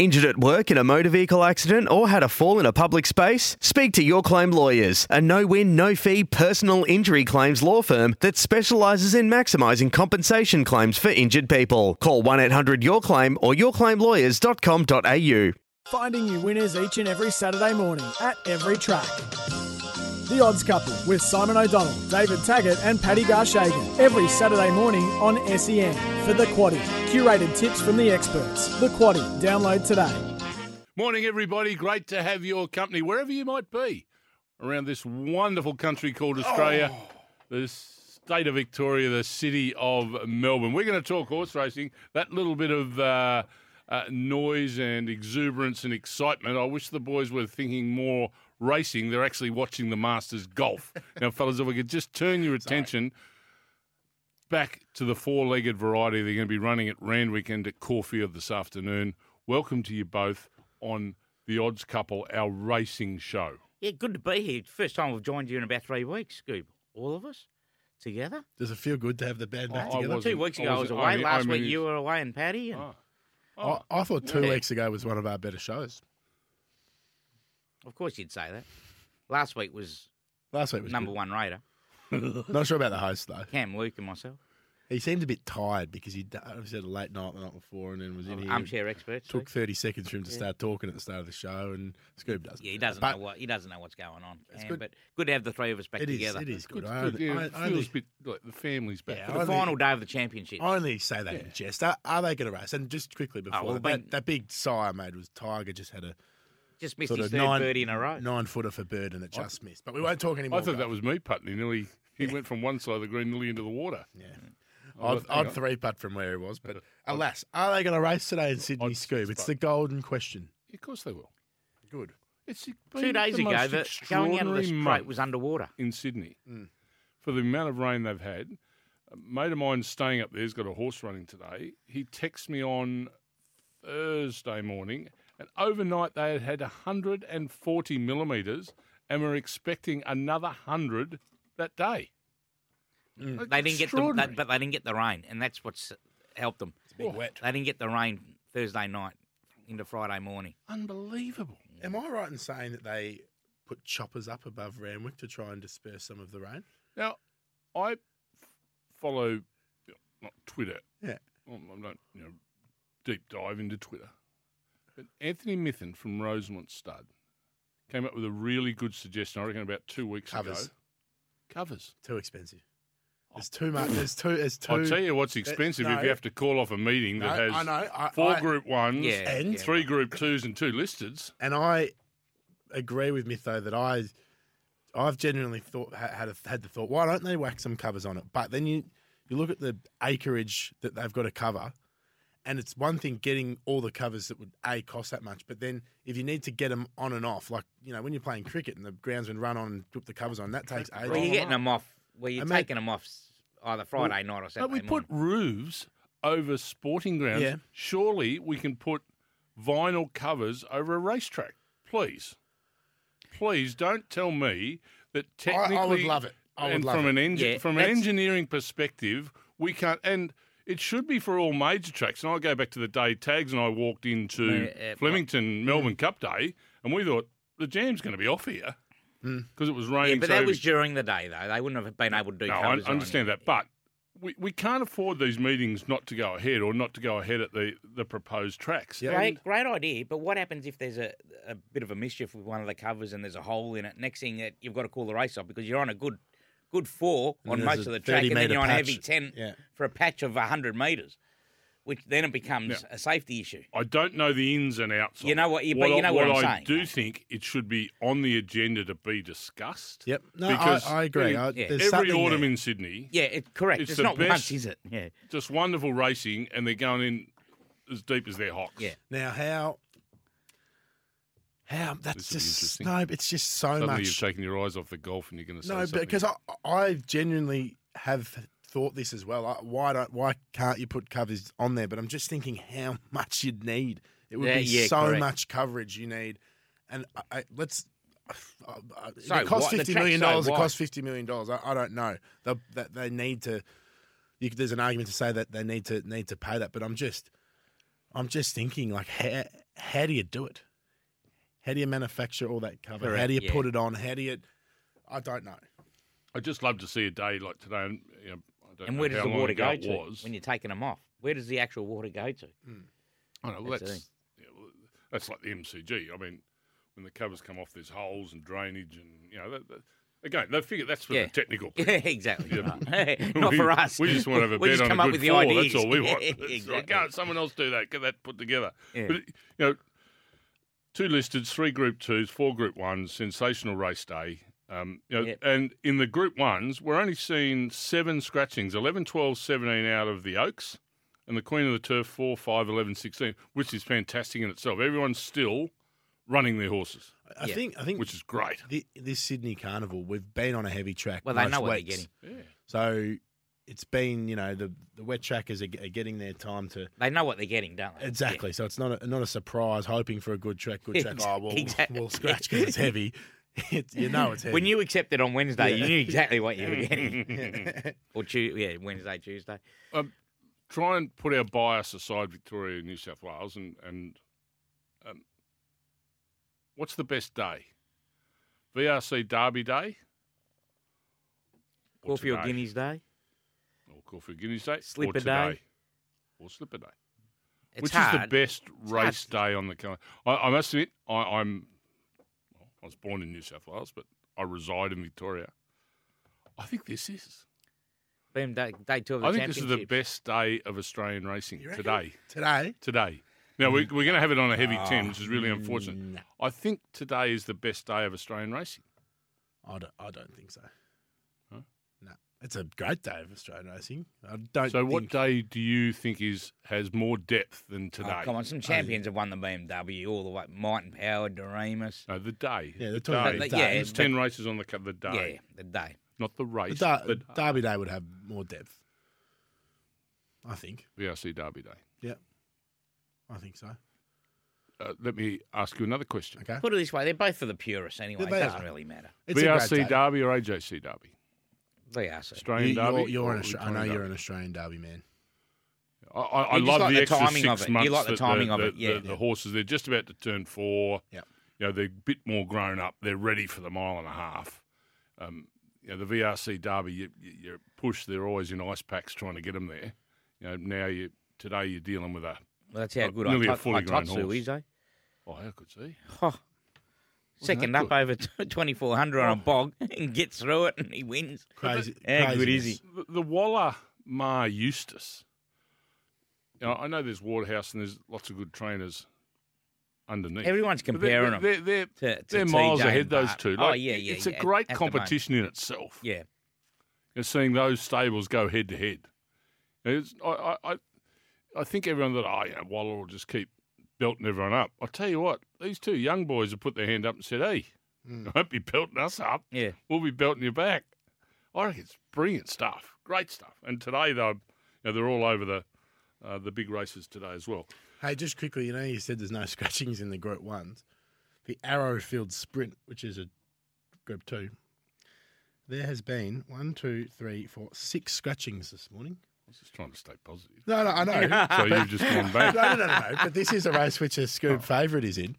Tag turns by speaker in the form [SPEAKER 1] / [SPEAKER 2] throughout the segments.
[SPEAKER 1] Injured at work in a motor vehicle accident or had a fall in a public space? Speak to Your Claim Lawyers, a no win, no fee personal injury claims law firm that specialises in maximising compensation claims for injured people. Call 1 800 Your Claim or yourclaimlawyers.com.au.
[SPEAKER 2] Finding you winners each and every Saturday morning at every track. The Odds Couple with Simon O'Donnell, David Taggart, and Paddy Garshagen every Saturday morning on SEN for The Quaddy. Curated tips from the experts. The Quaddy. Download today.
[SPEAKER 3] Morning, everybody. Great to have your company wherever you might be around this wonderful country called Australia, the state of Victoria, the city of Melbourne. We're going to talk horse racing. That little bit of uh, uh, noise and exuberance and excitement. I wish the boys were thinking more racing. They're actually watching the Masters golf. now, fellas, if we could just turn your attention back to the four-legged variety. They're going to be running at Randwick and at Caulfield this afternoon. Welcome to you both on the Odds Couple, our racing show.
[SPEAKER 4] Yeah, good to be here. First time we've joined you in about three weeks, Scoob. All of us together. Oh,
[SPEAKER 5] Does it feel good to have the band back
[SPEAKER 3] I
[SPEAKER 5] together?
[SPEAKER 3] wasn't-
[SPEAKER 4] Two weeks ago I was,
[SPEAKER 3] wasn't-
[SPEAKER 4] away.
[SPEAKER 3] mean-
[SPEAKER 4] Last
[SPEAKER 3] mean-
[SPEAKER 4] week you were away and Paddy. And
[SPEAKER 3] Oh.
[SPEAKER 5] I, I thought two
[SPEAKER 4] Yeah.
[SPEAKER 5] weeks ago was one of our better shows.
[SPEAKER 4] Of course you'd say that. Last week was
[SPEAKER 5] Last week was
[SPEAKER 4] number
[SPEAKER 5] good.
[SPEAKER 4] one raider,
[SPEAKER 5] Not sure about the host though.
[SPEAKER 4] Cam, Luke, and myself.
[SPEAKER 5] He seemed a bit tired because he d- obviously had a late night the night before and then was in here. and
[SPEAKER 4] Oh, Armchair experts.
[SPEAKER 5] Took thirty seconds for him to start talking at the start of the show, and Scoob doesn't.
[SPEAKER 4] yeah, he doesn't
[SPEAKER 5] But
[SPEAKER 4] know what he doesn't know what's going on. Cam,
[SPEAKER 5] good.
[SPEAKER 4] But good to have the three of us back
[SPEAKER 5] it is.
[SPEAKER 4] together.
[SPEAKER 5] It is good.
[SPEAKER 3] Good,
[SPEAKER 5] I,
[SPEAKER 3] good,
[SPEAKER 5] only,
[SPEAKER 3] yeah,
[SPEAKER 5] I-
[SPEAKER 3] it
[SPEAKER 5] I
[SPEAKER 3] feels
[SPEAKER 5] only,
[SPEAKER 3] a bit like the family's back.
[SPEAKER 5] Yeah,
[SPEAKER 3] for
[SPEAKER 5] I
[SPEAKER 3] the
[SPEAKER 4] The
[SPEAKER 5] only-
[SPEAKER 4] final day of the championship.
[SPEAKER 5] I only say that in jest. Are, are they going to race? And just quickly before
[SPEAKER 4] Oh, well,
[SPEAKER 5] that,
[SPEAKER 4] been-
[SPEAKER 5] that, that big sigh I made was Tiger just had a
[SPEAKER 4] Just missed
[SPEAKER 5] sort
[SPEAKER 4] his
[SPEAKER 5] of
[SPEAKER 4] third
[SPEAKER 5] nine
[SPEAKER 4] birdie in a row.
[SPEAKER 5] nine footer for bird, and it just missed. But we won't talk anymore.
[SPEAKER 3] I thought that was me putting. He nearly he went from one side of the green nearly into the water.
[SPEAKER 5] Odd,
[SPEAKER 3] hang on.
[SPEAKER 5] odd three putt from where he was, but alas, are they going to race today in Sydney,
[SPEAKER 3] Odd
[SPEAKER 5] Scoob?
[SPEAKER 3] six
[SPEAKER 5] It's
[SPEAKER 3] putt.
[SPEAKER 5] the golden question.
[SPEAKER 3] Of course they will.
[SPEAKER 5] Good.
[SPEAKER 3] It's
[SPEAKER 4] Two days
[SPEAKER 3] the
[SPEAKER 4] ago,
[SPEAKER 3] most
[SPEAKER 4] the, going out of the
[SPEAKER 3] extraordinary
[SPEAKER 4] straight
[SPEAKER 3] month
[SPEAKER 4] was underwater.
[SPEAKER 3] in Sydney for the amount of rain they've had. A mate of mine staying up there's got a horse running today. He texts me on Thursday morning, and overnight they had had 140 millimetres and were expecting another 100 that day. Like,
[SPEAKER 4] They didn't get the,
[SPEAKER 3] extraordinary.
[SPEAKER 4] but they didn't get the rain, and that's what's helped them.
[SPEAKER 5] Big wet.
[SPEAKER 4] They didn't get the rain Thursday night into Friday morning.
[SPEAKER 3] Unbelievable.
[SPEAKER 5] Am I right in saying that they put choppers up above Ramwick to try and disperse some of the rain?
[SPEAKER 3] Now, I f- follow not Twitter.
[SPEAKER 5] Yeah.
[SPEAKER 3] Um, I don't you know deep dive into Twitter, but Anthony Mithen from Rosemont Stud came up with a really good suggestion. I reckon about two weeks
[SPEAKER 5] Covers.
[SPEAKER 3] ago. Covers.
[SPEAKER 5] Too expensive. There's too much. There's too. There's too.
[SPEAKER 3] I'll tell you what's expensive if
[SPEAKER 5] no.
[SPEAKER 3] you have to call off a meeting that
[SPEAKER 5] No,
[SPEAKER 3] has
[SPEAKER 5] I know, I-
[SPEAKER 3] four
[SPEAKER 5] I-
[SPEAKER 3] group ones,
[SPEAKER 4] Yeah,
[SPEAKER 5] And-
[SPEAKER 4] yeah.
[SPEAKER 3] Mm. three group twos, and two listeds.
[SPEAKER 5] And I agree with Mytho that I, I've genuinely thought ha- had a, had the thought, why don't they whack some covers on it? But then you you look at the acreage that they've got to cover, and it's one thing getting all the covers that would a cost that much, but then if you need to get them on and off, like you know when you're playing cricket and the ground's been run on and put the covers on, that takes ages.
[SPEAKER 4] Well, you're getting them off. Well, you're
[SPEAKER 5] I mean-
[SPEAKER 4] taking them off s- either Friday night or
[SPEAKER 3] But
[SPEAKER 4] Saturday
[SPEAKER 3] we put
[SPEAKER 4] morning.
[SPEAKER 3] roofs over sporting grounds.
[SPEAKER 5] Yeah.
[SPEAKER 3] Surely we can put vinyl covers over a racetrack. Please. Please don't tell me that
[SPEAKER 5] I- I would
[SPEAKER 3] technically.
[SPEAKER 5] love it. I would
[SPEAKER 3] and
[SPEAKER 5] love
[SPEAKER 3] from
[SPEAKER 5] it.
[SPEAKER 3] an engine,
[SPEAKER 4] Yeah,
[SPEAKER 3] from an
[SPEAKER 4] that's-
[SPEAKER 3] engineering perspective, we can't. And it should be for all major tracks. And I go back to the day Tags and I walked into
[SPEAKER 4] Uh, uh,
[SPEAKER 3] Flemington Melbourne Cup Day, and we thought the jam's going to be off here because it was raining.
[SPEAKER 4] Yeah, but
[SPEAKER 3] so
[SPEAKER 4] that
[SPEAKER 3] heavy.
[SPEAKER 4] was during the day though. They wouldn't have been able to do.
[SPEAKER 3] No, I
[SPEAKER 4] covers on
[SPEAKER 3] understand
[SPEAKER 4] it.
[SPEAKER 3] that, but we, we can't afford these meetings not to go ahead or not to go ahead at the, the proposed tracks.
[SPEAKER 5] Yeah.
[SPEAKER 4] Great, great idea. But what happens if there's a, a bit of a mischief with one of the covers and there's a hole in it? Next thing that you've got to call the race off because you're on a good, good four
[SPEAKER 5] And
[SPEAKER 4] on
[SPEAKER 5] there's
[SPEAKER 4] most
[SPEAKER 5] a
[SPEAKER 4] of the track, and
[SPEAKER 5] 30
[SPEAKER 4] then you're on
[SPEAKER 5] metre
[SPEAKER 4] a heavy
[SPEAKER 5] patch.
[SPEAKER 4] ten
[SPEAKER 5] Yeah.
[SPEAKER 4] for a patch of hundred meters, which then it becomes a safety issue.
[SPEAKER 3] I don't know the ins and outs. of
[SPEAKER 4] You know what-
[SPEAKER 3] it.
[SPEAKER 4] but you know what I'm
[SPEAKER 3] I
[SPEAKER 4] saying,
[SPEAKER 3] do
[SPEAKER 4] mate.
[SPEAKER 3] think it should be on the agenda to be discussed.
[SPEAKER 5] Yep. No,
[SPEAKER 3] because
[SPEAKER 5] I, I agree. I,
[SPEAKER 4] yeah.
[SPEAKER 5] there's
[SPEAKER 3] Every
[SPEAKER 5] something
[SPEAKER 3] autumn
[SPEAKER 5] there.
[SPEAKER 3] in Sydney,
[SPEAKER 4] Yeah, it's correct.
[SPEAKER 3] It's
[SPEAKER 4] It's,
[SPEAKER 3] the
[SPEAKER 4] not
[SPEAKER 3] best-
[SPEAKER 4] once, is it? Yeah,
[SPEAKER 3] just wonderful racing, and they're going in as deep as their hocks.
[SPEAKER 4] Yeah.
[SPEAKER 5] Now, how How that's
[SPEAKER 3] This will be
[SPEAKER 5] just
[SPEAKER 3] interesting.
[SPEAKER 5] no. It's just so
[SPEAKER 3] Suddenly
[SPEAKER 5] much.
[SPEAKER 3] you've taken your eyes off the golf and you're going to say
[SPEAKER 5] No,
[SPEAKER 3] something.
[SPEAKER 5] because I, I genuinely have thought this as well. I, why don't why can't you put covers on there? But I'm just thinking how much you'd need. It would
[SPEAKER 4] Yeah,
[SPEAKER 5] be
[SPEAKER 4] yeah,
[SPEAKER 5] so
[SPEAKER 4] correct.
[SPEAKER 5] much coverage you need, and I, I, let's. I, I,
[SPEAKER 4] So
[SPEAKER 5] it costs
[SPEAKER 4] what? The
[SPEAKER 5] fifty
[SPEAKER 4] track's
[SPEAKER 5] million
[SPEAKER 4] so
[SPEAKER 5] dollars. it
[SPEAKER 4] wide.
[SPEAKER 5] costs fifty million dollars. I, I don't know. They, that they need to. You, could- there's an argument to say that they need to need to pay that, but I'm just, I'm just thinking like how how do you do it? How do you manufacture all that cover? how
[SPEAKER 4] Correct,
[SPEAKER 5] do you
[SPEAKER 4] yeah.
[SPEAKER 5] put it on? How do you? I don't know.
[SPEAKER 3] I'd just love to see a day like today. And, you know, I don't
[SPEAKER 4] And
[SPEAKER 3] know
[SPEAKER 4] where does
[SPEAKER 3] how
[SPEAKER 4] the
[SPEAKER 3] long
[SPEAKER 4] water
[SPEAKER 3] ago
[SPEAKER 4] go
[SPEAKER 3] it
[SPEAKER 4] to
[SPEAKER 3] was.
[SPEAKER 4] when you're taking them off? Where does the actual water go to?
[SPEAKER 3] I know, well,
[SPEAKER 4] That's the
[SPEAKER 3] that's, yeah, well, that's like the MCG. I mean, when the covers come off, there's holes and drainage, and you know, that, that, again, they figure that's for
[SPEAKER 4] Yeah.
[SPEAKER 3] the technical.
[SPEAKER 4] Yeah,
[SPEAKER 3] people.
[SPEAKER 4] exactly.
[SPEAKER 3] Yeah.
[SPEAKER 4] Right. Not for
[SPEAKER 3] We-
[SPEAKER 4] us.
[SPEAKER 3] We just want to have a
[SPEAKER 4] We
[SPEAKER 3] bet
[SPEAKER 4] just
[SPEAKER 3] on
[SPEAKER 4] come
[SPEAKER 3] a
[SPEAKER 4] up
[SPEAKER 3] good
[SPEAKER 4] with the
[SPEAKER 3] four.
[SPEAKER 4] ideas.
[SPEAKER 3] That's all we want.
[SPEAKER 4] Yeah,
[SPEAKER 3] That's-
[SPEAKER 4] exactly.
[SPEAKER 3] Can't someone else do that? Get that put together.
[SPEAKER 4] Yeah.
[SPEAKER 3] But, you know, two listed, three Group Twos, four Group Ones. Sensational race day. Um, you know,
[SPEAKER 4] Yeah.
[SPEAKER 3] And in the Group Ones, we're only seeing seven scratchings: 11, 12, 17 out of the Oaks, and the Queen of the Turf 4, 5, 11, 16, which is fantastic in itself. Everyone's still running their horses,
[SPEAKER 5] I
[SPEAKER 4] Yeah.
[SPEAKER 5] think I think
[SPEAKER 3] which is great.
[SPEAKER 5] thi- this Sydney Carnival, we've been on a heavy track.
[SPEAKER 4] Well, they
[SPEAKER 5] most
[SPEAKER 4] know what they're
[SPEAKER 5] weeks.
[SPEAKER 4] getting.
[SPEAKER 3] Yeah.
[SPEAKER 5] So it's been you know the the wet trackers are, g- are getting their time to
[SPEAKER 4] They know what they're getting, don't they?
[SPEAKER 5] exactly. So it's not a, not a surprise hoping for a good track. Good track.
[SPEAKER 4] Ex-
[SPEAKER 5] oh well,
[SPEAKER 4] exactly.
[SPEAKER 5] we'll scratch because it's heavy. It's you know it's
[SPEAKER 4] Yeah.
[SPEAKER 5] heavy.
[SPEAKER 4] When you accepted on Wednesday, you knew exactly what you were getting.
[SPEAKER 5] yeah,
[SPEAKER 4] or Tuesday, yeah, Wednesday, Tuesday.
[SPEAKER 3] try and put our bias aside, Victoria and New South Wales, and and um, what's the best day? VRC Derby Day. Or
[SPEAKER 4] Caulfield
[SPEAKER 3] today?
[SPEAKER 4] Guineas Day.
[SPEAKER 3] Or Caulfield Guineas Day.
[SPEAKER 4] Slipper
[SPEAKER 3] or
[SPEAKER 4] Day.
[SPEAKER 3] today. Or Slipper Day.
[SPEAKER 4] It's
[SPEAKER 3] Which
[SPEAKER 4] hard.
[SPEAKER 3] is the best
[SPEAKER 4] hard.
[SPEAKER 3] race day on the calendar? I, I must admit, I, I'm. Well, I was born in New South Wales, but I reside in Victoria. I think this is.
[SPEAKER 4] Boom, day, day two of the
[SPEAKER 3] I think this is the
[SPEAKER 4] championships.
[SPEAKER 3] best day of Australian racing
[SPEAKER 5] You reckon?
[SPEAKER 3] today.
[SPEAKER 5] today.
[SPEAKER 3] today. Now we, we're going to have it on a heavy
[SPEAKER 5] Ah,
[SPEAKER 3] ten, which is really unfortunate.
[SPEAKER 5] nah.
[SPEAKER 3] I think today is the best day of Australian racing.
[SPEAKER 5] I don't. I don't think so.
[SPEAKER 3] Huh?
[SPEAKER 5] No, it's a great day of Australian racing. I don't.
[SPEAKER 3] so, what
[SPEAKER 5] think-
[SPEAKER 3] day do you think is has more depth than
[SPEAKER 4] Oh,
[SPEAKER 3] today?
[SPEAKER 4] come on, some champions have won the BMW all the way. Martin Power, Doremus.
[SPEAKER 3] No, the day.
[SPEAKER 5] Yeah,
[SPEAKER 3] the
[SPEAKER 5] they're talking
[SPEAKER 3] day.
[SPEAKER 5] about
[SPEAKER 4] But, yeah,
[SPEAKER 3] There's
[SPEAKER 4] but-
[SPEAKER 3] ten races on the cover. The day,
[SPEAKER 4] Yeah, the day.
[SPEAKER 3] not the
[SPEAKER 5] The
[SPEAKER 3] race.
[SPEAKER 5] Dar-
[SPEAKER 3] the
[SPEAKER 5] Derby Day would have more depth. I think.
[SPEAKER 3] VRC Derby Day.
[SPEAKER 5] Yeah. I think so.
[SPEAKER 3] Uh, let me ask you another question.
[SPEAKER 5] Okay.
[SPEAKER 4] Put it this way, they're both for the purists anyway.
[SPEAKER 5] Yeah, they
[SPEAKER 4] it doesn't
[SPEAKER 5] are.
[SPEAKER 4] really matter.
[SPEAKER 5] It's a great
[SPEAKER 3] VRC
[SPEAKER 5] day.
[SPEAKER 3] Derby or AJC Derby?
[SPEAKER 4] They are so.
[SPEAKER 3] Australian
[SPEAKER 5] You,
[SPEAKER 3] Derby.
[SPEAKER 5] are
[SPEAKER 3] or
[SPEAKER 5] an Austra- I
[SPEAKER 3] Victorian
[SPEAKER 5] know
[SPEAKER 3] Derby?
[SPEAKER 5] you're an Australian Derby man.
[SPEAKER 3] I, I, I
[SPEAKER 4] You just
[SPEAKER 3] love
[SPEAKER 4] like
[SPEAKER 3] the,
[SPEAKER 4] the
[SPEAKER 3] extra
[SPEAKER 4] timing
[SPEAKER 3] six
[SPEAKER 4] of it. You
[SPEAKER 3] months.
[SPEAKER 4] like the
[SPEAKER 3] that
[SPEAKER 4] timing of it,
[SPEAKER 3] the-
[SPEAKER 4] yeah.
[SPEAKER 3] the horses they're just about to turn four.
[SPEAKER 5] Yep.
[SPEAKER 3] You know they're a bit more grown up. They're ready for the mile and a half. Um, you know the VRC Derby. You, you, you push. They're always in ice packs trying to get them there. You know now you today you're dealing with a.
[SPEAKER 4] Well, that's how
[SPEAKER 3] Uh,
[SPEAKER 4] good
[SPEAKER 3] nearly a
[SPEAKER 4] Ito-
[SPEAKER 3] fully grown
[SPEAKER 4] Itotsu
[SPEAKER 3] horse.
[SPEAKER 4] is, though.
[SPEAKER 3] Oh, I could see.
[SPEAKER 4] Oh, eh? second
[SPEAKER 3] that
[SPEAKER 4] up over t- 2400 on a bog and gets through it and he wins.
[SPEAKER 5] Crazy.
[SPEAKER 4] How good is he?
[SPEAKER 3] The, the Waller Ma Eustace. You know, I know there's Waterhouse and there's lots of good trainers underneath.
[SPEAKER 4] Everyone's
[SPEAKER 3] But they're-
[SPEAKER 4] comparing
[SPEAKER 3] they're,
[SPEAKER 4] him.
[SPEAKER 3] they're,
[SPEAKER 4] to- to
[SPEAKER 3] they're miles
[SPEAKER 4] TJ and
[SPEAKER 3] ahead. Those
[SPEAKER 4] Bart.
[SPEAKER 3] two.
[SPEAKER 4] Oh,
[SPEAKER 3] Like,
[SPEAKER 4] yeah, yeah,
[SPEAKER 3] It's
[SPEAKER 4] yeah,
[SPEAKER 3] a great
[SPEAKER 4] at the moment.
[SPEAKER 3] competition in itself.
[SPEAKER 4] Yeah.
[SPEAKER 3] And seeing those stables go head to head. It's- I, I, I- I think everyone that oh, yeah, Waller will just keep belting everyone up. I tell you what, these two young boys have put their hand up and said, "Hey,
[SPEAKER 5] Hmm.
[SPEAKER 3] don't be belting us up.
[SPEAKER 4] Yeah.
[SPEAKER 3] We'll be belting you back." I reckon it's brilliant stuff, great stuff. And today though, you know, they're all over the uh, the big races today as well.
[SPEAKER 5] Hey, just quickly, you know, you said there's no scratchings in the group ones. The Arrowfield Sprint, which is a group two, there has been one, two, three, four, six scratchings this morning.
[SPEAKER 3] I was just trying to stay positive.
[SPEAKER 5] No, no, I know.
[SPEAKER 3] So you've just gone
[SPEAKER 5] no,
[SPEAKER 3] back.
[SPEAKER 5] no, no, no, no. But this is a race which a Scoob favourite is in,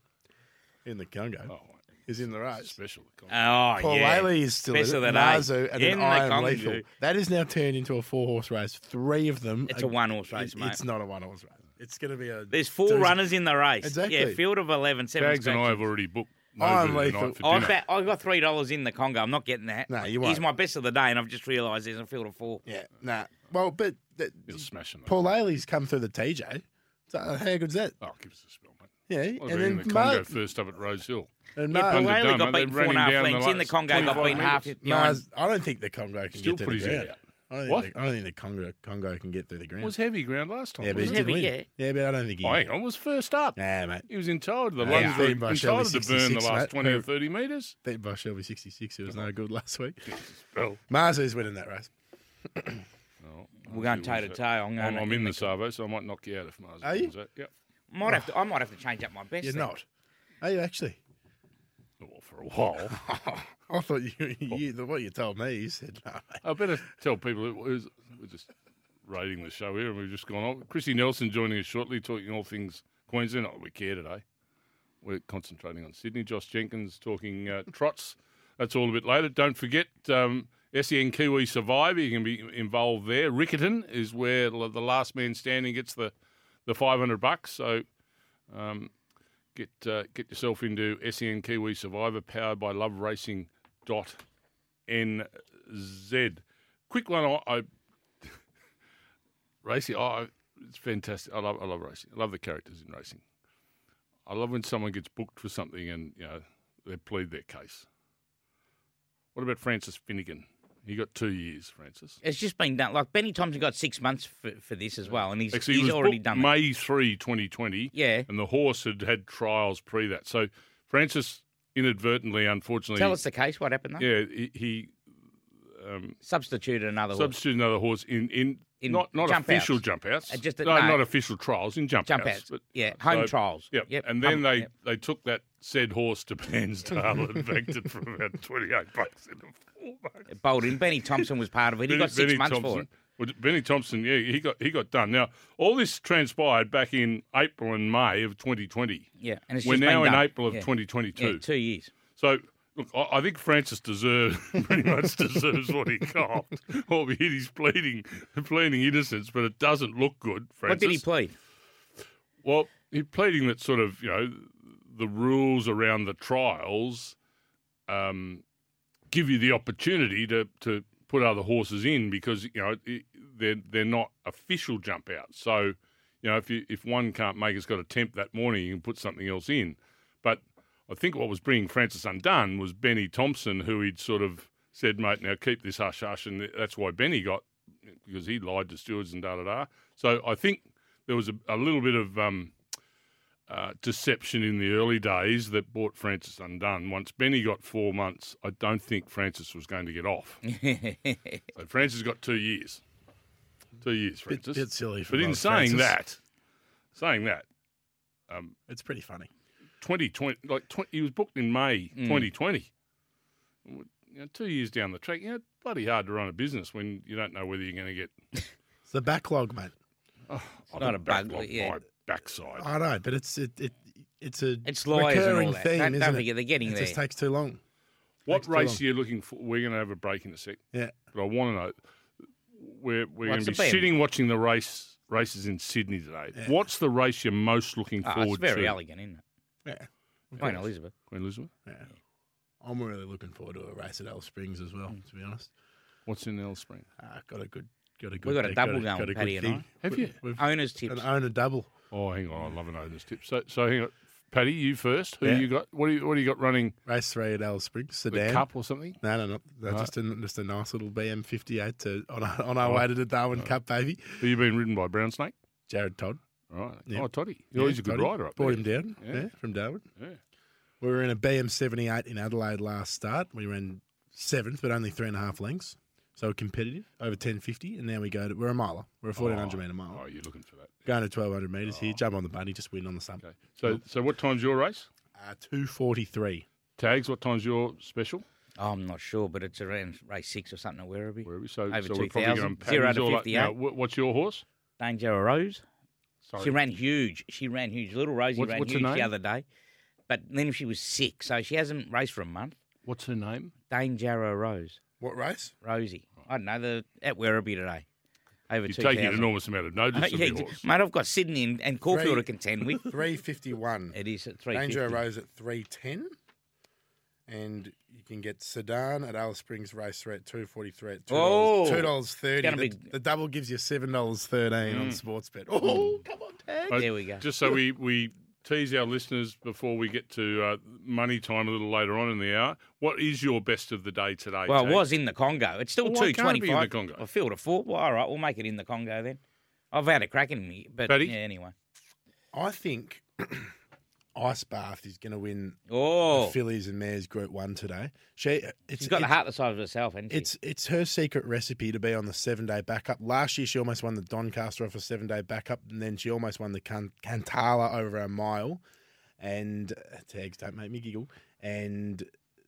[SPEAKER 5] in the Congo,
[SPEAKER 3] Oh,
[SPEAKER 5] is in the race.
[SPEAKER 3] special. the con-
[SPEAKER 4] Oh,
[SPEAKER 5] Paul
[SPEAKER 4] yeah.
[SPEAKER 5] Whaley is still
[SPEAKER 4] Special
[SPEAKER 5] in it.
[SPEAKER 4] than I.
[SPEAKER 5] Marzu and
[SPEAKER 4] In
[SPEAKER 5] then
[SPEAKER 4] the
[SPEAKER 5] I am
[SPEAKER 4] Congo.
[SPEAKER 5] lethal. That is now turned into a four horse race. Three of them.
[SPEAKER 4] It's
[SPEAKER 5] are-
[SPEAKER 4] a one-horse race,
[SPEAKER 5] it-
[SPEAKER 4] mate.
[SPEAKER 5] It's not a one horse race. It's going to be a.
[SPEAKER 4] There's four
[SPEAKER 5] doozy.
[SPEAKER 4] runners in the race. Yeah,
[SPEAKER 5] Exactly.
[SPEAKER 4] field of 11, seven
[SPEAKER 3] Bags and I have
[SPEAKER 4] scratches.
[SPEAKER 3] already booked.
[SPEAKER 5] I'm
[SPEAKER 3] Nobu
[SPEAKER 5] lethal.
[SPEAKER 3] tonight for
[SPEAKER 4] I
[SPEAKER 3] dinner.
[SPEAKER 4] bet I got three dollars in the Congo. I'm not getting that.
[SPEAKER 5] No, you
[SPEAKER 4] He's
[SPEAKER 5] won't.
[SPEAKER 4] my best of the day, and I've just realised there's a field of four.
[SPEAKER 5] Yeah, nah. Well, but that,
[SPEAKER 3] You're smashing that.
[SPEAKER 5] Paul Ailey's come through the TJ. So uh, how good's that?
[SPEAKER 3] Oh, give us a spell, mate.
[SPEAKER 5] Yeah,
[SPEAKER 3] I was
[SPEAKER 5] and
[SPEAKER 3] reading
[SPEAKER 5] then
[SPEAKER 3] the Congo
[SPEAKER 5] Mar-
[SPEAKER 3] first up at Rose Hill.
[SPEAKER 5] and
[SPEAKER 4] Yeah, Paul
[SPEAKER 5] Mar-
[SPEAKER 3] Under
[SPEAKER 4] Whaley
[SPEAKER 3] done,
[SPEAKER 4] got
[SPEAKER 3] mate. They
[SPEAKER 4] beaten four
[SPEAKER 3] ran him
[SPEAKER 4] and a half
[SPEAKER 3] down the
[SPEAKER 4] lengths in the
[SPEAKER 3] last
[SPEAKER 4] Congo, got
[SPEAKER 3] 25
[SPEAKER 4] beaten half.
[SPEAKER 3] metres.
[SPEAKER 4] nine.
[SPEAKER 5] Mars- I don't think the Congo can
[SPEAKER 3] Still
[SPEAKER 5] get to
[SPEAKER 3] put
[SPEAKER 5] the
[SPEAKER 3] his head
[SPEAKER 5] ground.
[SPEAKER 3] out.
[SPEAKER 5] I don't think
[SPEAKER 3] What?
[SPEAKER 5] The, I don't think the Congo Congo can get through the ground.
[SPEAKER 3] It was heavy ground last time.
[SPEAKER 5] yeah, but he
[SPEAKER 4] was
[SPEAKER 3] wasn't
[SPEAKER 5] did
[SPEAKER 4] heavy,
[SPEAKER 5] win.
[SPEAKER 4] yeah.
[SPEAKER 5] yeah, but I don't think he.
[SPEAKER 3] it? Oh, hang on, it was first up.
[SPEAKER 5] Nah, mate.
[SPEAKER 3] He was entitled. The
[SPEAKER 5] Nah,
[SPEAKER 3] lungs
[SPEAKER 5] he
[SPEAKER 3] were
[SPEAKER 5] beat by Shelby
[SPEAKER 3] entitled to burn the
[SPEAKER 5] 66,
[SPEAKER 3] last
[SPEAKER 5] mate.
[SPEAKER 3] 20 or
[SPEAKER 5] Who-
[SPEAKER 3] 30 metres.
[SPEAKER 5] Beat by Shelby 66. He was no good last week.
[SPEAKER 3] Well,
[SPEAKER 5] Marzu's winning that race.
[SPEAKER 3] Oh.
[SPEAKER 4] We're going toe to toe. I'm going.
[SPEAKER 3] I'm, I'm
[SPEAKER 4] to-
[SPEAKER 3] in the servo, so I might knock you out if Mars
[SPEAKER 5] Are you?
[SPEAKER 3] wins that. Yep.
[SPEAKER 4] Might have to. I might have to change up my best.
[SPEAKER 5] You're
[SPEAKER 4] then.
[SPEAKER 5] not. Are you actually?
[SPEAKER 3] Well, for a while.
[SPEAKER 5] I thought you, you the, what you told me, you said, no, mate.
[SPEAKER 3] I better tell people it was, we're just rating the show here and we've just gone on. Chrissy Nelson joining us shortly, talking all things Queensland. Oh, we care today. We're concentrating on Sydney. Josh Jenkins talking uh, trots. That's all a bit later. Don't forget um, SEN Kiwi Survivor. You can be involved there. Rickerton is where the the last man standing gets the, the 500 bucks. So um, get uh, get yourself into SEN Kiwi Survivor powered by Love Racing dot NZ. Quick one, I, I racing. I, it's fantastic. I love, I love racing. I love the characters in racing. I love when someone gets booked for something and you know they plead their case. What about Francis Finnegan? He got two years, Francis.
[SPEAKER 4] It's just been done. Like Benny Thompson got six months for, for this as well, and he's
[SPEAKER 3] Actually, he
[SPEAKER 4] he's
[SPEAKER 3] was
[SPEAKER 4] already
[SPEAKER 3] booked
[SPEAKER 4] done. it.
[SPEAKER 3] May 3, 2020.
[SPEAKER 4] Yeah.
[SPEAKER 3] And the horse had had trials pre that. So Francis inadvertently, unfortunately,
[SPEAKER 4] Tell us the case. What happened? Though?
[SPEAKER 3] yeah, he, he um,
[SPEAKER 4] Substituted another horse.
[SPEAKER 3] substitute another horse in in,
[SPEAKER 4] In
[SPEAKER 3] not not
[SPEAKER 4] jump
[SPEAKER 3] official
[SPEAKER 4] outs.
[SPEAKER 3] jump outs.
[SPEAKER 4] Uh, just a-
[SPEAKER 3] no,
[SPEAKER 4] no.
[SPEAKER 3] not official trials in jump,
[SPEAKER 4] Jump outs. Yeah, home trials.
[SPEAKER 3] Yep.
[SPEAKER 4] Yep,
[SPEAKER 3] And then
[SPEAKER 4] home-
[SPEAKER 3] they
[SPEAKER 4] yep.
[SPEAKER 3] they took that said horse to Bansdale and banked it for about twenty eight bucks into four bucks.
[SPEAKER 4] Bowling. Benny Thompson was part of it. He got six months
[SPEAKER 3] Thompson,
[SPEAKER 4] for it.
[SPEAKER 3] Well, Benny Thompson, yeah, he got he got done. Now all this transpired back in April and May of 2020.
[SPEAKER 4] Yeah, and it's
[SPEAKER 3] We're
[SPEAKER 4] just
[SPEAKER 3] now
[SPEAKER 4] been
[SPEAKER 3] in
[SPEAKER 4] done.
[SPEAKER 3] April of
[SPEAKER 4] Yeah.
[SPEAKER 3] 2022.
[SPEAKER 4] Yeah, two years.
[SPEAKER 3] So, look, I, I think Francis deserves pretty much deserves what he got, albeit he's pleading pleading innocence, but it doesn't look good. Francis.
[SPEAKER 4] What did he plead?
[SPEAKER 3] Well, he's pleading that sort of you know the rules around the trials um, give you the opportunity to to put other horses in because you know it, they're they're not official jump outs. So you know if you if one can't make it's got a temp that morning, you can put something else in. But I think what was bringing Francis undone was Benny Thompson, who he'd sort of said, mate, now keep this hush hush, and that's why Benny got because he lied to stewards and da da da. So I think there was a, a little bit of um, uh, deception in the early days that brought Francis undone. Once Benny got four months, I don't think Francis was going to get off. so Francis got two years. Two years,
[SPEAKER 5] Bit,
[SPEAKER 3] Francis.
[SPEAKER 5] bit silly. For
[SPEAKER 3] but in
[SPEAKER 5] old
[SPEAKER 3] saying
[SPEAKER 5] Francis.
[SPEAKER 3] that, saying that,
[SPEAKER 5] it's pretty funny.
[SPEAKER 3] 2020, like 20, he was booked in May
[SPEAKER 4] Mm.
[SPEAKER 3] 2020. You know, two years down the track, you know, bloody hard to run a business when you don't know whether you're going to get
[SPEAKER 5] It's the backlog, mate.
[SPEAKER 3] I've
[SPEAKER 4] Oh, not
[SPEAKER 3] been
[SPEAKER 4] a bug,
[SPEAKER 3] backlogged
[SPEAKER 4] yeah.
[SPEAKER 3] by backside.
[SPEAKER 5] I know, but it's it, it it's a
[SPEAKER 4] It's lawyers and all
[SPEAKER 5] recurring
[SPEAKER 4] that.
[SPEAKER 5] theme,
[SPEAKER 4] Don't-
[SPEAKER 5] isn't
[SPEAKER 4] don't
[SPEAKER 5] it?
[SPEAKER 4] forget, they're getting
[SPEAKER 5] it just
[SPEAKER 4] there.
[SPEAKER 5] takes too long.
[SPEAKER 3] What
[SPEAKER 5] Takes too
[SPEAKER 3] race
[SPEAKER 5] long.
[SPEAKER 3] are you looking for? We're going to have a break in a sec,
[SPEAKER 5] Yeah,
[SPEAKER 3] but I want to know. We're, we're going
[SPEAKER 4] What's
[SPEAKER 3] to be
[SPEAKER 4] the bet?
[SPEAKER 3] sitting watching the race races in Sydney today. What's the race you're most looking
[SPEAKER 4] Oh, it's
[SPEAKER 3] forward
[SPEAKER 4] very
[SPEAKER 3] to?
[SPEAKER 4] elegant, isn't it?
[SPEAKER 5] yeah,
[SPEAKER 4] Queen Elizabeth.
[SPEAKER 3] Queen Elizabeth.
[SPEAKER 5] yeah. I'm really looking forward to a race at Alice Springs as
[SPEAKER 4] Mm.
[SPEAKER 5] well. To be honest,
[SPEAKER 3] What's in Alice Spring?
[SPEAKER 5] uh, got a good got a good.
[SPEAKER 4] got a
[SPEAKER 5] deck,
[SPEAKER 4] double going,
[SPEAKER 5] got
[SPEAKER 4] Paddy
[SPEAKER 5] a good
[SPEAKER 4] and I.
[SPEAKER 5] thing.
[SPEAKER 3] Have
[SPEAKER 5] We-
[SPEAKER 3] you?
[SPEAKER 5] We've
[SPEAKER 4] Owners tips.
[SPEAKER 3] uh,
[SPEAKER 5] an owner double.
[SPEAKER 3] Oh, hang on, I love an owner's tip. So, so hang on, Paddy, you first. Who
[SPEAKER 5] Yeah.
[SPEAKER 3] you got? What do you, what do you got running?
[SPEAKER 5] Race three at Alice Springs,
[SPEAKER 3] The
[SPEAKER 5] Sedan.
[SPEAKER 3] cup or something?
[SPEAKER 5] No, no, no. no
[SPEAKER 3] No.
[SPEAKER 5] Just, a, just a nice little BM58 to, on, our, on our way to the Darwin Cup, baby.
[SPEAKER 3] Have you been ridden by Brown Snake?
[SPEAKER 5] Jared Todd.
[SPEAKER 3] All right.
[SPEAKER 5] Yeah.
[SPEAKER 3] Oh, Toddy. Oh, he's a good
[SPEAKER 5] got him.
[SPEAKER 3] rider up
[SPEAKER 5] Brought
[SPEAKER 3] there.
[SPEAKER 5] him down,
[SPEAKER 3] Yeah.
[SPEAKER 5] yeah. from Darwin.
[SPEAKER 3] Yeah.
[SPEAKER 5] We were in a BM78 in Adelaide last start. We ran seventh, but only three and a half lengths. So competitive, over 1050. And now we go to, we're a miler. We're a 1400 metre mile.
[SPEAKER 3] Oh, you're looking for that.
[SPEAKER 5] Going to 1200 metres here. Jump on the bunny, just win on the stump.
[SPEAKER 3] Okay. So, so what time's your race?
[SPEAKER 5] Uh, 243.
[SPEAKER 3] Tags. What time's your special?
[SPEAKER 4] Oh, I'm not sure, but it's around race six or something at Werribee.
[SPEAKER 3] Where are we? So,
[SPEAKER 4] Over
[SPEAKER 3] so we're probably going
[SPEAKER 4] 2,000, zero
[SPEAKER 3] Paddy's
[SPEAKER 4] to
[SPEAKER 3] all up.
[SPEAKER 4] 58.
[SPEAKER 3] Now, wh- what's your horse?
[SPEAKER 4] Danger Rose.
[SPEAKER 3] Sorry.
[SPEAKER 4] She ran huge. She ran huge. Little Rosie
[SPEAKER 3] What's-
[SPEAKER 4] ran
[SPEAKER 3] what's her
[SPEAKER 4] huge the
[SPEAKER 3] name?
[SPEAKER 4] other day, but then she was sick, so she hasn't raced for a month.
[SPEAKER 3] What's her name?
[SPEAKER 4] Dane Jarrow Rose,
[SPEAKER 5] What race?
[SPEAKER 4] Rosie. I don't know. The at Werribee today, over
[SPEAKER 3] You're
[SPEAKER 4] two
[SPEAKER 3] taking an
[SPEAKER 4] thousand.
[SPEAKER 3] enormous amount of notice of your horse.
[SPEAKER 4] mate, I've got Sydney and, and Caulfield to
[SPEAKER 5] Three-
[SPEAKER 4] contend with.
[SPEAKER 5] 351.
[SPEAKER 4] It is at three.
[SPEAKER 5] Danger Rose at 310. And you can get Sedan at Alice Springs Race Three at 243 at $2.
[SPEAKER 4] Oh.
[SPEAKER 5] $2.30.
[SPEAKER 4] Gonna be- Mm.
[SPEAKER 5] The, the double gives you $7.13 on sports bet. Oh, come on, Tag.
[SPEAKER 3] Uh,
[SPEAKER 4] There we go.
[SPEAKER 3] Just so we, we tease our listeners before we get to uh, money time a little later on in the hour? What is your best of the day today?
[SPEAKER 4] Well, it
[SPEAKER 3] Tate?
[SPEAKER 4] was in the Congo. It's still
[SPEAKER 3] eh? Well, why
[SPEAKER 4] two
[SPEAKER 3] can't it be in the
[SPEAKER 4] twenty-five.
[SPEAKER 3] Congo?
[SPEAKER 4] I filled a four. Well, all right, we'll make it in the Congo then. I've had a crack in me, but
[SPEAKER 3] Paddy?
[SPEAKER 4] yeah, anyway.
[SPEAKER 5] I think Ice Bath is going to win
[SPEAKER 4] Oh,
[SPEAKER 5] the Phillies and Mares Group One today. She it's
[SPEAKER 4] she's got the
[SPEAKER 5] it's-
[SPEAKER 4] heart the size of herself, and
[SPEAKER 5] It's it's her secret recipe to be on the seven day backup. Last year, she almost won the Doncaster off a seven day backup, and then she almost won the Can- Cantala over a mile. And uh, tags don't make me giggle. And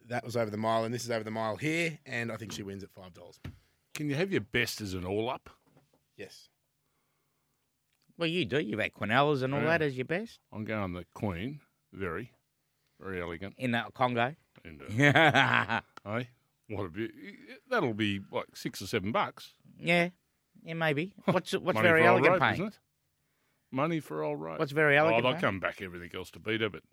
[SPEAKER 5] that was over the mile, and this is over the mile here. And I think she wins at five dollars.
[SPEAKER 3] Can you have your best as an all up?
[SPEAKER 5] Yes,
[SPEAKER 4] well, you do. You've had quinellas and all
[SPEAKER 3] Yeah.
[SPEAKER 4] that as your best
[SPEAKER 3] I'm going the Queen. Very, very elegant.
[SPEAKER 4] in the Congo.
[SPEAKER 3] And, uh,
[SPEAKER 4] yeah,
[SPEAKER 3] hey, what a be- That'll be like six or seven bucks.
[SPEAKER 4] yeah, maybe. What's what's
[SPEAKER 3] Money
[SPEAKER 4] very
[SPEAKER 3] for old
[SPEAKER 4] elegant
[SPEAKER 3] rope,
[SPEAKER 4] paying?
[SPEAKER 3] isn't it? Money for old rope.
[SPEAKER 4] What's very elegant,
[SPEAKER 3] Oh, they'll
[SPEAKER 4] mate?
[SPEAKER 3] come back everything else to beat her, but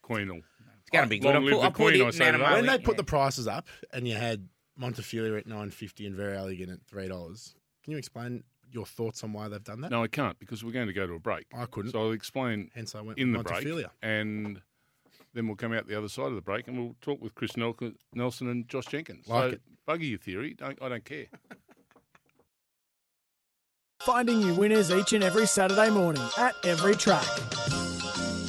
[SPEAKER 3] Queen will.
[SPEAKER 4] It's going to be good.
[SPEAKER 3] Long
[SPEAKER 4] I'll
[SPEAKER 3] live
[SPEAKER 4] put,
[SPEAKER 3] the
[SPEAKER 4] I'll put
[SPEAKER 3] Queen,
[SPEAKER 4] it
[SPEAKER 3] I
[SPEAKER 4] in
[SPEAKER 3] say to that.
[SPEAKER 4] Animo.
[SPEAKER 5] when they
[SPEAKER 4] yeah.
[SPEAKER 5] put the prices up, and you had Montefiore at nine fifty and Very Elegant at three dollars. Can you explain your thoughts on why they've done that?
[SPEAKER 3] No, I can't because we're going to go to a break.
[SPEAKER 5] I couldn't.
[SPEAKER 3] So I'll explain
[SPEAKER 5] Hence, I went
[SPEAKER 3] in the
[SPEAKER 5] with
[SPEAKER 3] break,
[SPEAKER 5] Montefiore.
[SPEAKER 3] and then we'll come out the other side of the break, and we'll talk with Chris Nel- Nelson and Josh Jenkins.
[SPEAKER 5] Like
[SPEAKER 3] so,
[SPEAKER 5] it.
[SPEAKER 3] bugger your theory. Don't, I don't care.
[SPEAKER 2] Finding you winners each and every Saturday morning at every track.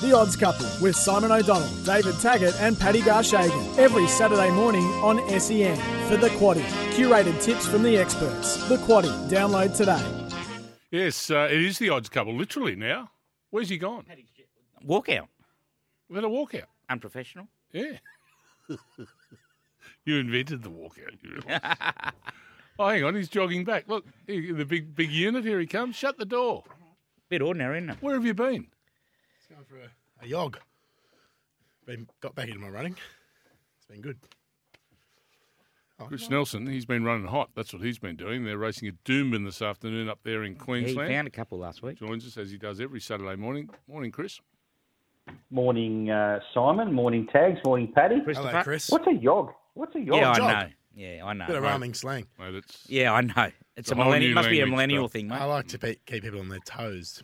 [SPEAKER 2] The Odds Couple with Simon O'Donnell, David Taggart, and Paddy Garshagen every Saturday morning on SEN for The Quaddy. Curated tips from the experts. The Quaddy. Download today.
[SPEAKER 3] Yes, uh, it is the odds couple, literally now. Where's he gone?
[SPEAKER 4] walkout.
[SPEAKER 3] We've had a walkout.
[SPEAKER 4] Unprofessional.
[SPEAKER 3] Yeah. you invented the walkout. You realise. oh, hang on. He's jogging back. Look, he- the big big unit. Here he comes. Shut the door.
[SPEAKER 4] Bit ordinary, isn't it?
[SPEAKER 3] Where have you been?
[SPEAKER 5] Going for a, a jog. Been got back into my running. It's been good.
[SPEAKER 3] Chris Nelson, he's been running hot. That's what he's been doing. They're racing at Doomben this afternoon up there in
[SPEAKER 4] Yeah, he
[SPEAKER 3] Queensland.
[SPEAKER 4] found a couple last week.
[SPEAKER 3] Joins us as he does every Saturday morning. Morning, Chris.
[SPEAKER 6] Morning, uh, Simon. Morning, Tags. Morning, Paddy.
[SPEAKER 5] Hello,
[SPEAKER 4] Christopher?
[SPEAKER 5] Chris.
[SPEAKER 6] What's a yog? What's a yog?
[SPEAKER 4] yeah, I
[SPEAKER 5] job.
[SPEAKER 4] know. Yeah, I know.
[SPEAKER 5] Bit of
[SPEAKER 4] right?
[SPEAKER 5] rhyming slang.
[SPEAKER 3] Mate, it's
[SPEAKER 4] Yeah, I know. It's a
[SPEAKER 3] a whole
[SPEAKER 4] millennial.
[SPEAKER 3] new
[SPEAKER 4] Must be a
[SPEAKER 3] language,
[SPEAKER 4] millennial
[SPEAKER 3] though.
[SPEAKER 4] thing,
[SPEAKER 5] I
[SPEAKER 4] mate.
[SPEAKER 5] like to pe- keep people on their toes.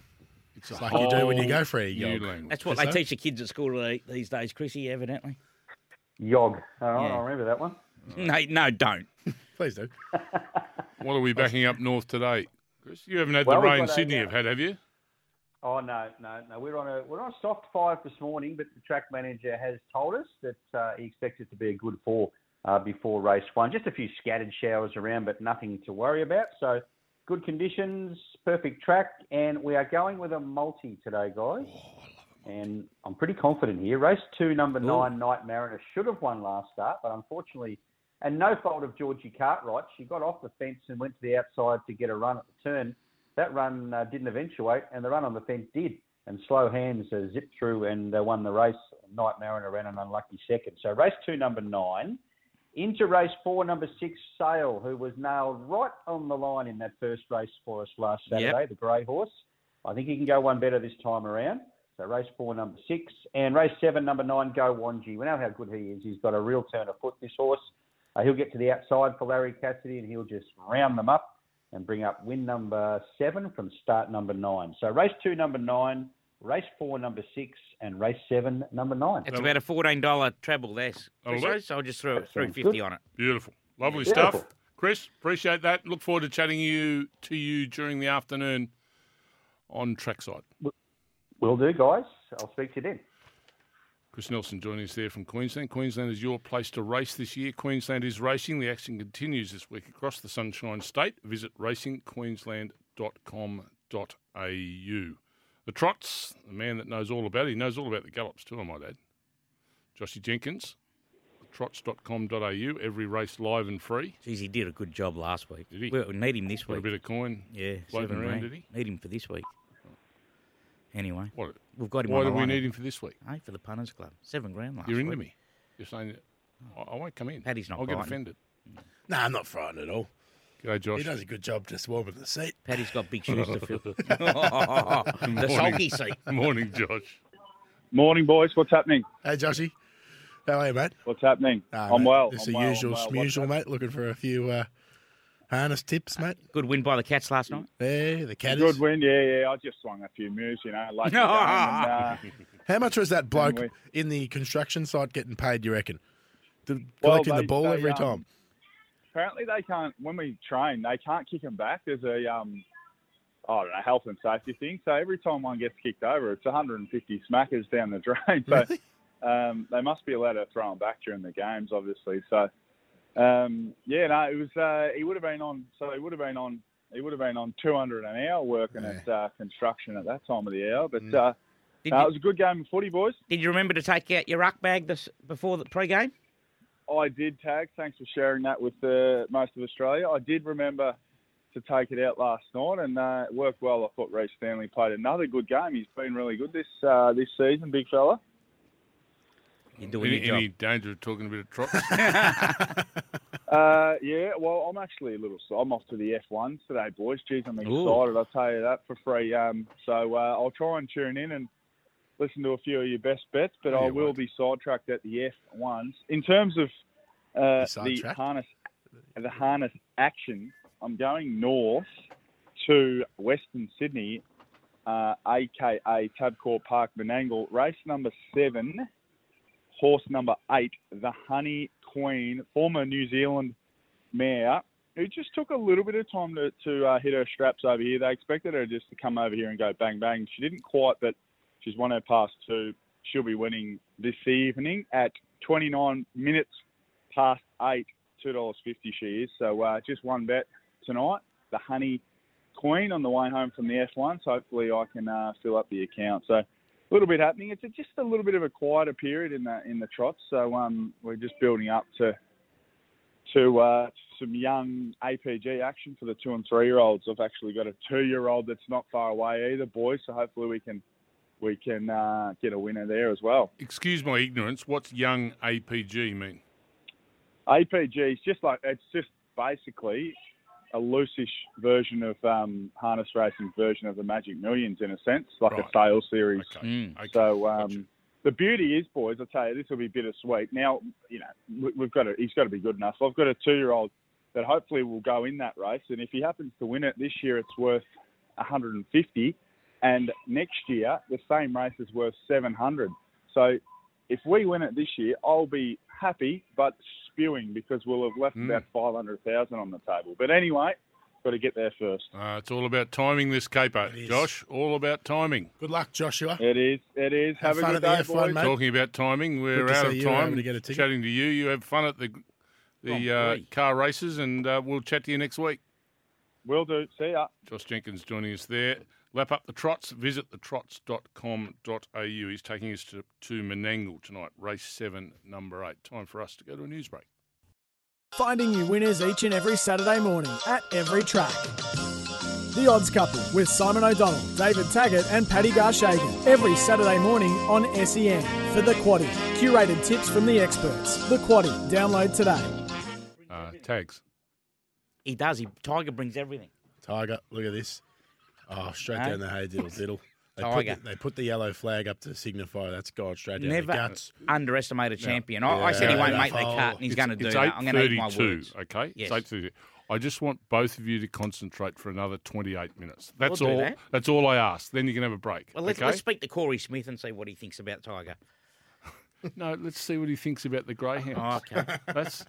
[SPEAKER 3] it's
[SPEAKER 5] It's like you do when you go for a
[SPEAKER 3] new
[SPEAKER 5] jog.
[SPEAKER 3] language.
[SPEAKER 4] That's what
[SPEAKER 5] Is
[SPEAKER 4] they
[SPEAKER 5] that-
[SPEAKER 4] teach the kids at school uh, these days, Chrissy. Evidently.
[SPEAKER 6] Yog. All right,
[SPEAKER 4] Yeah.
[SPEAKER 6] I remember that one.
[SPEAKER 4] No, no, don't.
[SPEAKER 5] Please do.
[SPEAKER 3] What are we backing up north today, Chris? You haven't had
[SPEAKER 6] Well,
[SPEAKER 3] the
[SPEAKER 6] we've
[SPEAKER 3] rain
[SPEAKER 6] got a,
[SPEAKER 3] Sydney
[SPEAKER 6] uh,
[SPEAKER 3] have had, have you?
[SPEAKER 6] Oh no, no, no. We're on a we're on a soft five this morning, but the track manager has told us that uh, he expects it to be a good four uh, before race one. Just a few scattered showers around, but nothing to worry about. So good conditions, perfect track, and we are going with a multi today, guys. And I'm pretty confident here. Race two, number nine, Night Mariner should have won last start, but unfortunately, and no fault of Georgie Cartwright, she got off the fence and went to the outside to get a run at the turn. That run uh, didn't eventuate, and the run on the fence did. And slow hands uh, zipped through and uh, won the race. Night Mariner ran an unlucky second. So race two, number nine. Into race four, number six, Sale, who was nailed right on the line in that first race for us last
[SPEAKER 4] Yep.
[SPEAKER 6] Saturday, the grey horse. I think he can go one better this time around. So race four, number six, and race seven, number nine, Go Wanji. We know how good he is. He's got a real turn of foot. This horse, uh, he'll get to the outside for Larry Cassidy, and he'll just round them up and bring up win number seven from start number nine. So race two, number nine, race four, number six, and race seven, number nine.
[SPEAKER 4] It's about a fourteen dollar treble. That's
[SPEAKER 3] That'll do.
[SPEAKER 4] so. I just threw
[SPEAKER 6] That
[SPEAKER 4] threw
[SPEAKER 6] sounds
[SPEAKER 4] fifty
[SPEAKER 6] good.
[SPEAKER 4] on it.
[SPEAKER 3] Beautiful. Lovely
[SPEAKER 6] Beautiful.
[SPEAKER 3] stuff. Chris, appreciate that. Look forward to chatting you to you during the afternoon on trackside.
[SPEAKER 6] Will do, guys. I'll speak to you then.
[SPEAKER 3] Chris Nelson joining us there from Queensland. Queensland is your place to race this year. Queensland is racing. The action continues this week across the Sunshine State. Visit racingqueensland.com.au. The trots, the man that knows all about it, he knows all about the gallops too, I might add. Joshy Jenkins, trots.com.au. Every race live and free.
[SPEAKER 4] Geez, he did a good job last week.
[SPEAKER 3] Did he?
[SPEAKER 4] We, we need him this
[SPEAKER 3] Put a
[SPEAKER 4] week.
[SPEAKER 3] bit of coin
[SPEAKER 4] yeah,
[SPEAKER 3] floating
[SPEAKER 4] seven
[SPEAKER 3] around,
[SPEAKER 4] grand.
[SPEAKER 3] did he?
[SPEAKER 4] Need him for this week. Anyway,
[SPEAKER 3] What?
[SPEAKER 4] we've got him.
[SPEAKER 3] Why
[SPEAKER 4] on
[SPEAKER 3] do
[SPEAKER 4] the
[SPEAKER 3] we
[SPEAKER 4] line.
[SPEAKER 3] need him for this week?
[SPEAKER 4] Hey, for the punters club, seven grand last
[SPEAKER 3] You're
[SPEAKER 4] week.
[SPEAKER 3] into me. You're saying that I, I won't come in.
[SPEAKER 4] Paddy's not
[SPEAKER 3] I'll get
[SPEAKER 4] biting.
[SPEAKER 3] offended.
[SPEAKER 5] Nah, I'm not frightened at all.
[SPEAKER 3] G'day, Josh.
[SPEAKER 5] He does a good job just warming the seat.
[SPEAKER 4] Paddy's got big shoes to fill. the sulky seat.
[SPEAKER 3] Morning, Josh.
[SPEAKER 7] Morning, boys. What's happening?
[SPEAKER 5] Hey, Joshy. How are you, mate?
[SPEAKER 7] What's happening?
[SPEAKER 5] Nah,
[SPEAKER 7] I'm
[SPEAKER 5] mate,
[SPEAKER 7] well.
[SPEAKER 5] This
[SPEAKER 7] I'm
[SPEAKER 5] the
[SPEAKER 7] well,
[SPEAKER 5] usual
[SPEAKER 7] I'm well.
[SPEAKER 5] smusual, mate. Looking for a few uh, Harness tips, mate.
[SPEAKER 4] Good win by the Cats last night.
[SPEAKER 5] There, the caddies.
[SPEAKER 6] Good win, yeah, yeah. I just swung a few moves, you know. Late in the game and, uh,
[SPEAKER 5] How much was that bloke in the construction site getting paid, you reckon? The, collecting
[SPEAKER 6] they-
[SPEAKER 5] the ball
[SPEAKER 6] they,
[SPEAKER 5] every
[SPEAKER 6] um,
[SPEAKER 5] time.
[SPEAKER 6] apparently they can't when we train they can't kick them back there's a um I don't know health and safety thing so every time one gets kicked over it's 150 smackers down the drain
[SPEAKER 5] Really?
[SPEAKER 6] so um, they must be allowed to throw them back during the games obviously so um, yeah no it was uh, he would have been on so he would have been on he would have been on 200 an hour working
[SPEAKER 5] Yeah.
[SPEAKER 6] at uh, construction at that time of the hour but
[SPEAKER 5] Mm.
[SPEAKER 6] uh,
[SPEAKER 4] Did,
[SPEAKER 6] no, it
[SPEAKER 4] you,
[SPEAKER 6] was a good game of footy boys
[SPEAKER 4] did you remember to take out your ruck bag this, before the pre-game?
[SPEAKER 6] I did tag. Thanks for sharing that with uh, most of Australia. I did remember to take it out last night, and uh, it worked well. I thought Reece Stanley played another good game. He's been really good this uh, this season, big fella.
[SPEAKER 4] You're doing
[SPEAKER 3] Any,
[SPEAKER 4] your
[SPEAKER 3] any
[SPEAKER 4] job.
[SPEAKER 3] danger of talking a bit of trot?
[SPEAKER 6] Uh, yeah, well, I'm actually a little. I'm off to the F1 today, boys. Jeez, I'm excited.
[SPEAKER 4] Ooh.
[SPEAKER 6] I'll tell you that for free. Um, so uh, I'll try and tune in and listen to a few of your best bets, but
[SPEAKER 5] Yeah,
[SPEAKER 6] I
[SPEAKER 5] you
[SPEAKER 6] will
[SPEAKER 5] won't.
[SPEAKER 6] be sidetracked at the F1s in terms of uh, the
[SPEAKER 5] sidetracked?
[SPEAKER 6] harness. The harness action. I'm going north to Western Sydney, uh, aka Tabcorp Park, Menangle. Race number seven horse number eight, the Honey Queen, former New Zealand mare, who just took a little bit of time to, to uh, hit her straps over here. They expected her just to come over here and go bang bang. She didn't quite, but she's won her past two. She'll be winning this evening at 29 minutes past eight, two dollars fifty. She is so uh, just one bet tonight. The Honey Queen on the way home from the F1. So hopefully I can uh, fill up the account. So a little bit happening. It's a, just a little bit of a quieter period in the in the trots, so um, we're just building up to to uh, some young APG action for the two and three year olds. I've actually got a two year old that's not far away either, boys. So hopefully we can we can uh, get a winner there as well.
[SPEAKER 3] Excuse my ignorance. What's young APG mean?
[SPEAKER 6] APG is just like it's just basically a loosish version of um, harness racing version of the Magic Millions in a sense, like
[SPEAKER 3] Right.
[SPEAKER 6] a sales series.
[SPEAKER 3] Okay.
[SPEAKER 4] Mm.
[SPEAKER 3] okay.
[SPEAKER 6] So um,
[SPEAKER 3] Gotcha.
[SPEAKER 6] the beauty is, boys, I tell you, this will be bittersweet. Now, you know, we- we've got to, he's got to be good enough. I've got a two-year-old that hopefully will go in that race, and if he happens to win it this year, it's worth 150, and next year the same race is worth 700. So if we win it this year, I'll be happy but spewing because we'll have left
[SPEAKER 3] Mm.
[SPEAKER 6] about 500,000 on the table. But anyway, got to get there first.
[SPEAKER 3] Uh, it's all about timing this caper,
[SPEAKER 5] It is.
[SPEAKER 3] Josh. All about timing.
[SPEAKER 5] Good luck, Joshua.
[SPEAKER 6] It is. It is.
[SPEAKER 5] Have
[SPEAKER 6] Have,
[SPEAKER 5] fun
[SPEAKER 6] a good
[SPEAKER 5] at
[SPEAKER 6] day,
[SPEAKER 5] the F1,
[SPEAKER 6] boys.
[SPEAKER 5] mate.
[SPEAKER 3] Talking about timing, we're
[SPEAKER 5] to
[SPEAKER 3] out
[SPEAKER 5] see
[SPEAKER 3] of
[SPEAKER 5] you were
[SPEAKER 3] time.
[SPEAKER 5] able to get a ticket.
[SPEAKER 3] Chatting to you, you have fun at the the
[SPEAKER 4] Oh,
[SPEAKER 3] uh,
[SPEAKER 4] great.
[SPEAKER 3] car races, and uh, we'll chat to you next week.
[SPEAKER 6] Will do. See ya.
[SPEAKER 3] Josh Jenkins joining us there. Lap up the trots. Visit thetrots.com.au. He's taking us to, to Menangle tonight, race seven, number eight. Time for us to go to a news break.
[SPEAKER 2] Finding you winners each and every Saturday morning at every track. The Odds Couple with Simon O'Donnell, David Taggart, and Paddy Garshagen every Saturday morning on SEN for The Quaddy. Curated tips from the experts. The Quaddy. Download today.
[SPEAKER 3] Uh, tags.
[SPEAKER 4] He does. He Tiger brings everything.
[SPEAKER 5] Tiger, look at this. Oh, straight
[SPEAKER 4] No.
[SPEAKER 5] down the hay, diddle diddle. They
[SPEAKER 4] Tiger.
[SPEAKER 5] Put the, they put the yellow flag up to signify that's gone straight down the
[SPEAKER 4] Never
[SPEAKER 5] guts.
[SPEAKER 4] underestimate a champion. I, I said he
[SPEAKER 5] Yeah.
[SPEAKER 4] won't make the
[SPEAKER 5] Oh,
[SPEAKER 4] cut, and he's
[SPEAKER 3] It's-
[SPEAKER 4] going to do
[SPEAKER 3] it's
[SPEAKER 4] that. I'm going to eat my
[SPEAKER 3] 8:32,
[SPEAKER 4] words.
[SPEAKER 3] Okay, it's
[SPEAKER 4] Yes.
[SPEAKER 3] eight thirty. I just want both of you to concentrate for another twenty-eight minutes. That's
[SPEAKER 4] We'll do
[SPEAKER 3] all.
[SPEAKER 4] that.
[SPEAKER 3] That's all I ask. Then you can have a break.
[SPEAKER 4] Well, let's,
[SPEAKER 3] okay?
[SPEAKER 4] let's speak to Corey Smith and see what he thinks about Tiger.
[SPEAKER 3] no. Let's see what he thinks about the greyhounds.
[SPEAKER 4] Oh, okay.
[SPEAKER 3] That's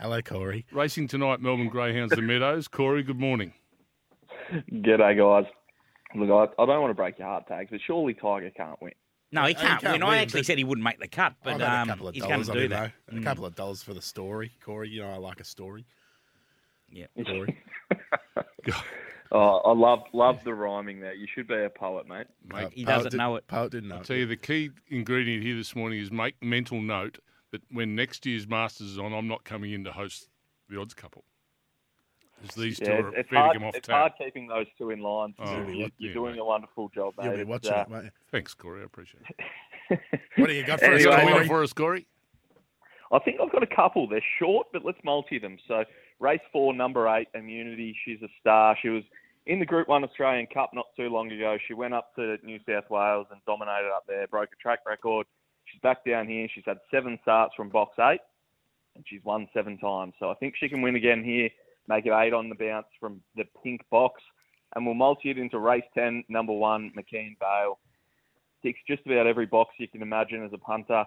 [SPEAKER 5] Hello, Corey.
[SPEAKER 3] racing tonight. Melbourne Greyhounds, the Meadows. Corey, good morning.
[SPEAKER 8] G'day, guys. Look, I, I don't want to break your heart, Tags, but surely Tiger can't win.
[SPEAKER 4] No, he
[SPEAKER 5] Uh, he
[SPEAKER 4] can't.
[SPEAKER 5] can't
[SPEAKER 4] win. I
[SPEAKER 5] win,
[SPEAKER 4] actually
[SPEAKER 5] but-
[SPEAKER 4] said he wouldn't make the cut,
[SPEAKER 5] I've
[SPEAKER 4] but
[SPEAKER 5] had a
[SPEAKER 4] um,
[SPEAKER 5] couple of
[SPEAKER 4] he's going
[SPEAKER 5] dollars
[SPEAKER 4] to
[SPEAKER 5] on
[SPEAKER 4] do
[SPEAKER 5] it,
[SPEAKER 4] that. Mm.
[SPEAKER 5] though. A couple of dollars for the story, Corey. You know I like a story.
[SPEAKER 4] Yeah.
[SPEAKER 5] Corey.
[SPEAKER 8] Oh, I love love the rhyming there. You should be a poet, mate.
[SPEAKER 3] Mate,
[SPEAKER 4] He
[SPEAKER 5] Poet
[SPEAKER 4] doesn't
[SPEAKER 5] did-
[SPEAKER 4] know it.
[SPEAKER 5] Poet Uh, didn't know.
[SPEAKER 3] I'll tell you the key ingredient here this morning is make mental note that when next year's Masters is on, I'm not coming in to host the odds couple. 'Cause these two
[SPEAKER 8] Yeah,
[SPEAKER 3] are
[SPEAKER 8] it's, it's,
[SPEAKER 3] fair to
[SPEAKER 8] hard,
[SPEAKER 3] come off
[SPEAKER 8] it's
[SPEAKER 3] tap.
[SPEAKER 8] hard keeping those two in line.
[SPEAKER 3] Oh,
[SPEAKER 8] You're-
[SPEAKER 3] yeah,
[SPEAKER 8] you're
[SPEAKER 3] yeah,
[SPEAKER 8] doing
[SPEAKER 3] mate.
[SPEAKER 8] a wonderful job, mate.
[SPEAKER 5] You'll be
[SPEAKER 8] It's,
[SPEAKER 5] watching
[SPEAKER 8] uh,
[SPEAKER 5] it, mate.
[SPEAKER 3] Thanks, Corey. I appreciate it.
[SPEAKER 5] What do you got for us,
[SPEAKER 8] Anyway,
[SPEAKER 3] Got a winner
[SPEAKER 5] Corey?
[SPEAKER 3] for us, Corey?
[SPEAKER 8] I think I've got a couple. They're short, but let's multi them. So race four, number eight, Immunity. She's a star. She was in the Group One Australian Cup not too long ago. She went up to New South Wales and dominated up there. Broke a track record. She's back down here. She's had seven starts from box eight, and she's won seven times. So I think she can win again here. make it eight on the bounce from the pink box, and we'll multi it into race 10, number one, McKean Vale. Ticks just about every box you can imagine as a punter.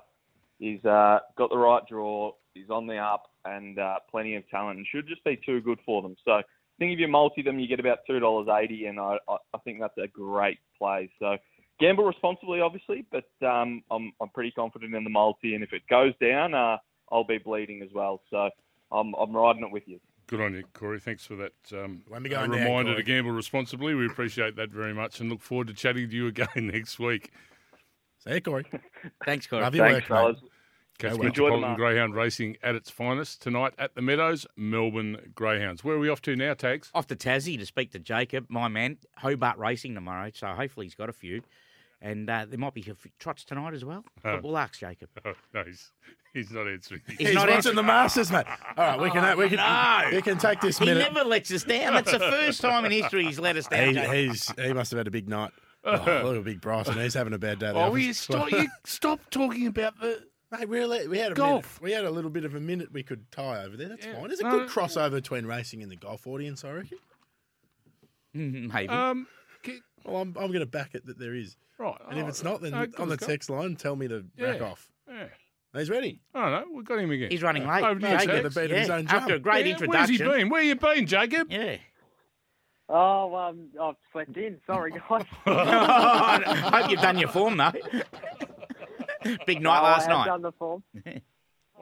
[SPEAKER 8] He's uh, got the right draw, he's on the up, and uh, plenty of talent, and should just be too good for them. So I think if you multi them, you get about $2.80, and I, I I think that's a great play. So gamble responsibly, obviously, but um, I'm, I'm pretty confident in the multi, and if it goes down, uh, I'll be bleeding as well. So I'm, I'm riding it with you.
[SPEAKER 3] Good on you, Corey. Thanks for that um,
[SPEAKER 5] Won't be going down,
[SPEAKER 3] reminder
[SPEAKER 5] Corey.
[SPEAKER 3] to gamble responsibly. We appreciate that very much and look forward to chatting to you again next week.
[SPEAKER 5] See you, Corey.
[SPEAKER 4] Thanks, Corey.
[SPEAKER 5] Love your work,
[SPEAKER 8] Thanks,
[SPEAKER 5] mate.
[SPEAKER 8] fellas.
[SPEAKER 3] Catch
[SPEAKER 5] well.
[SPEAKER 8] Enjoy the
[SPEAKER 3] Metropolitan
[SPEAKER 8] mark.
[SPEAKER 3] Greyhound Racing at its finest tonight at the Meadows, Melbourne Greyhounds. Where are we off to now, Tags?
[SPEAKER 4] Off to Tassie to speak to Jacob, my man, Hobart Racing tomorrow. So hopefully he's got a few. And uh, there might be a few trots tonight as well. But we'll ask Jacob.
[SPEAKER 3] Oh, no, he's, he's not answering.
[SPEAKER 5] He's,
[SPEAKER 4] not
[SPEAKER 5] watching
[SPEAKER 4] answering- Oh,
[SPEAKER 5] the Masters, mate. All right, we can we can we can take this
[SPEAKER 4] He
[SPEAKER 3] uh,
[SPEAKER 5] minute.
[SPEAKER 4] never lets us down. That's the first time in history he's let us down.
[SPEAKER 5] He,
[SPEAKER 4] Jacob.
[SPEAKER 5] he's he must have had a big night. Oh, look at big Bryson. He's having a bad day. at the
[SPEAKER 3] Oh,
[SPEAKER 5] office.
[SPEAKER 3] you stop, you stop talking about the.
[SPEAKER 5] Mate, we, were, we had a
[SPEAKER 3] Golf.
[SPEAKER 5] Minute, we had a little bit of a minute we could tie over there. That's fine. There's a
[SPEAKER 3] No.
[SPEAKER 5] good crossover between racing and the golf audience, I reckon.
[SPEAKER 4] Maybe.
[SPEAKER 3] Um, ki-
[SPEAKER 5] Well, I'm, I'm going to back it that there is.
[SPEAKER 3] right.
[SPEAKER 5] And if
[SPEAKER 3] oh,
[SPEAKER 5] it's not, then
[SPEAKER 3] no, good
[SPEAKER 5] on the
[SPEAKER 3] as gold.
[SPEAKER 5] text line, tell me to rack
[SPEAKER 3] Yeah.
[SPEAKER 5] off.
[SPEAKER 3] Yeah.
[SPEAKER 5] He's ready.
[SPEAKER 3] I don't know. We've got him again.
[SPEAKER 4] he's running late.
[SPEAKER 3] Over to you,
[SPEAKER 5] he's
[SPEAKER 4] Jacob.
[SPEAKER 5] got the
[SPEAKER 3] Tags.
[SPEAKER 5] beat of his
[SPEAKER 4] Yeah,
[SPEAKER 5] own
[SPEAKER 4] After a
[SPEAKER 5] jump.
[SPEAKER 4] great
[SPEAKER 3] Yeah, Where's he
[SPEAKER 4] introduction.
[SPEAKER 3] been? Where you been, Jacob?
[SPEAKER 4] Yeah.
[SPEAKER 9] Oh, um, I've slept in. Sorry, guys.
[SPEAKER 4] I hope you've done your form though. Big night
[SPEAKER 9] Oh,
[SPEAKER 4] last
[SPEAKER 9] I have
[SPEAKER 4] night.
[SPEAKER 9] done the form.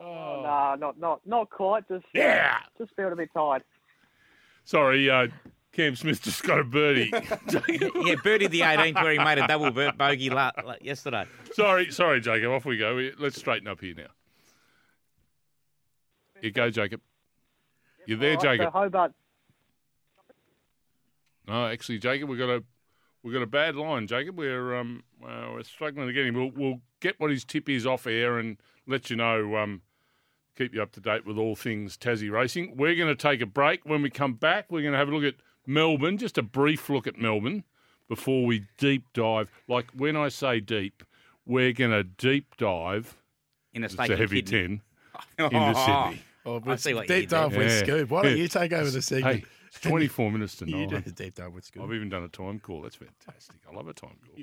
[SPEAKER 9] oh, no, not not not quite. Just
[SPEAKER 3] Yeah.
[SPEAKER 9] just felt a bit tired.
[SPEAKER 3] Sorry, uh, Cam Smith just got a birdie.
[SPEAKER 4] yeah, birdied the 18th where he made a double bo- bogey la- la- yesterday.
[SPEAKER 3] sorry, sorry, Jacob. Off we go. We- Let's straighten up here now. You go, Jacob. You're there,
[SPEAKER 8] Oh,
[SPEAKER 9] All right,
[SPEAKER 3] Jacob.
[SPEAKER 9] So Hobart.
[SPEAKER 3] No, actually, Jacob, we've got a we've got a bad line, Jacob. We're um uh, we're struggling to get him. We'll we'll get what his tip is off air and let you know. Um, keep you up to date with all things Tassie racing. We're going to take a break. When we come back, we're going to have a look at Melbourne, just a brief look at Melbourne before we deep dive. Like when I say deep, we're going to deep dive.
[SPEAKER 4] In a
[SPEAKER 3] It's
[SPEAKER 4] state
[SPEAKER 3] a heavy tin into Sydney.
[SPEAKER 5] Oh,
[SPEAKER 4] I see what you
[SPEAKER 5] deep
[SPEAKER 4] did there.
[SPEAKER 5] dive with
[SPEAKER 3] Yeah.
[SPEAKER 5] Scoop. Why don't
[SPEAKER 3] Yeah.
[SPEAKER 5] you take over the segment?
[SPEAKER 3] Hey, it's 24 minutes to
[SPEAKER 5] you do
[SPEAKER 3] nine.
[SPEAKER 5] the deep dive with Scoop.
[SPEAKER 3] I've even done a time call. That's fantastic. I love a time call.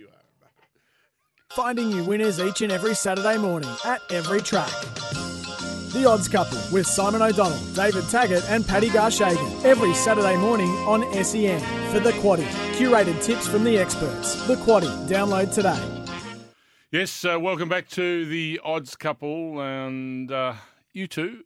[SPEAKER 2] Finding you winners each and every Saturday morning at every track. The Odds Couple with Simon O'Donnell, David Taggart, and Paddy Garshagen every Saturday morning on SEN for the Quaddy. Curated tips from the experts. The Quaddy. Download today.
[SPEAKER 3] Yes, uh, welcome back to the odds couple, and uh, you two.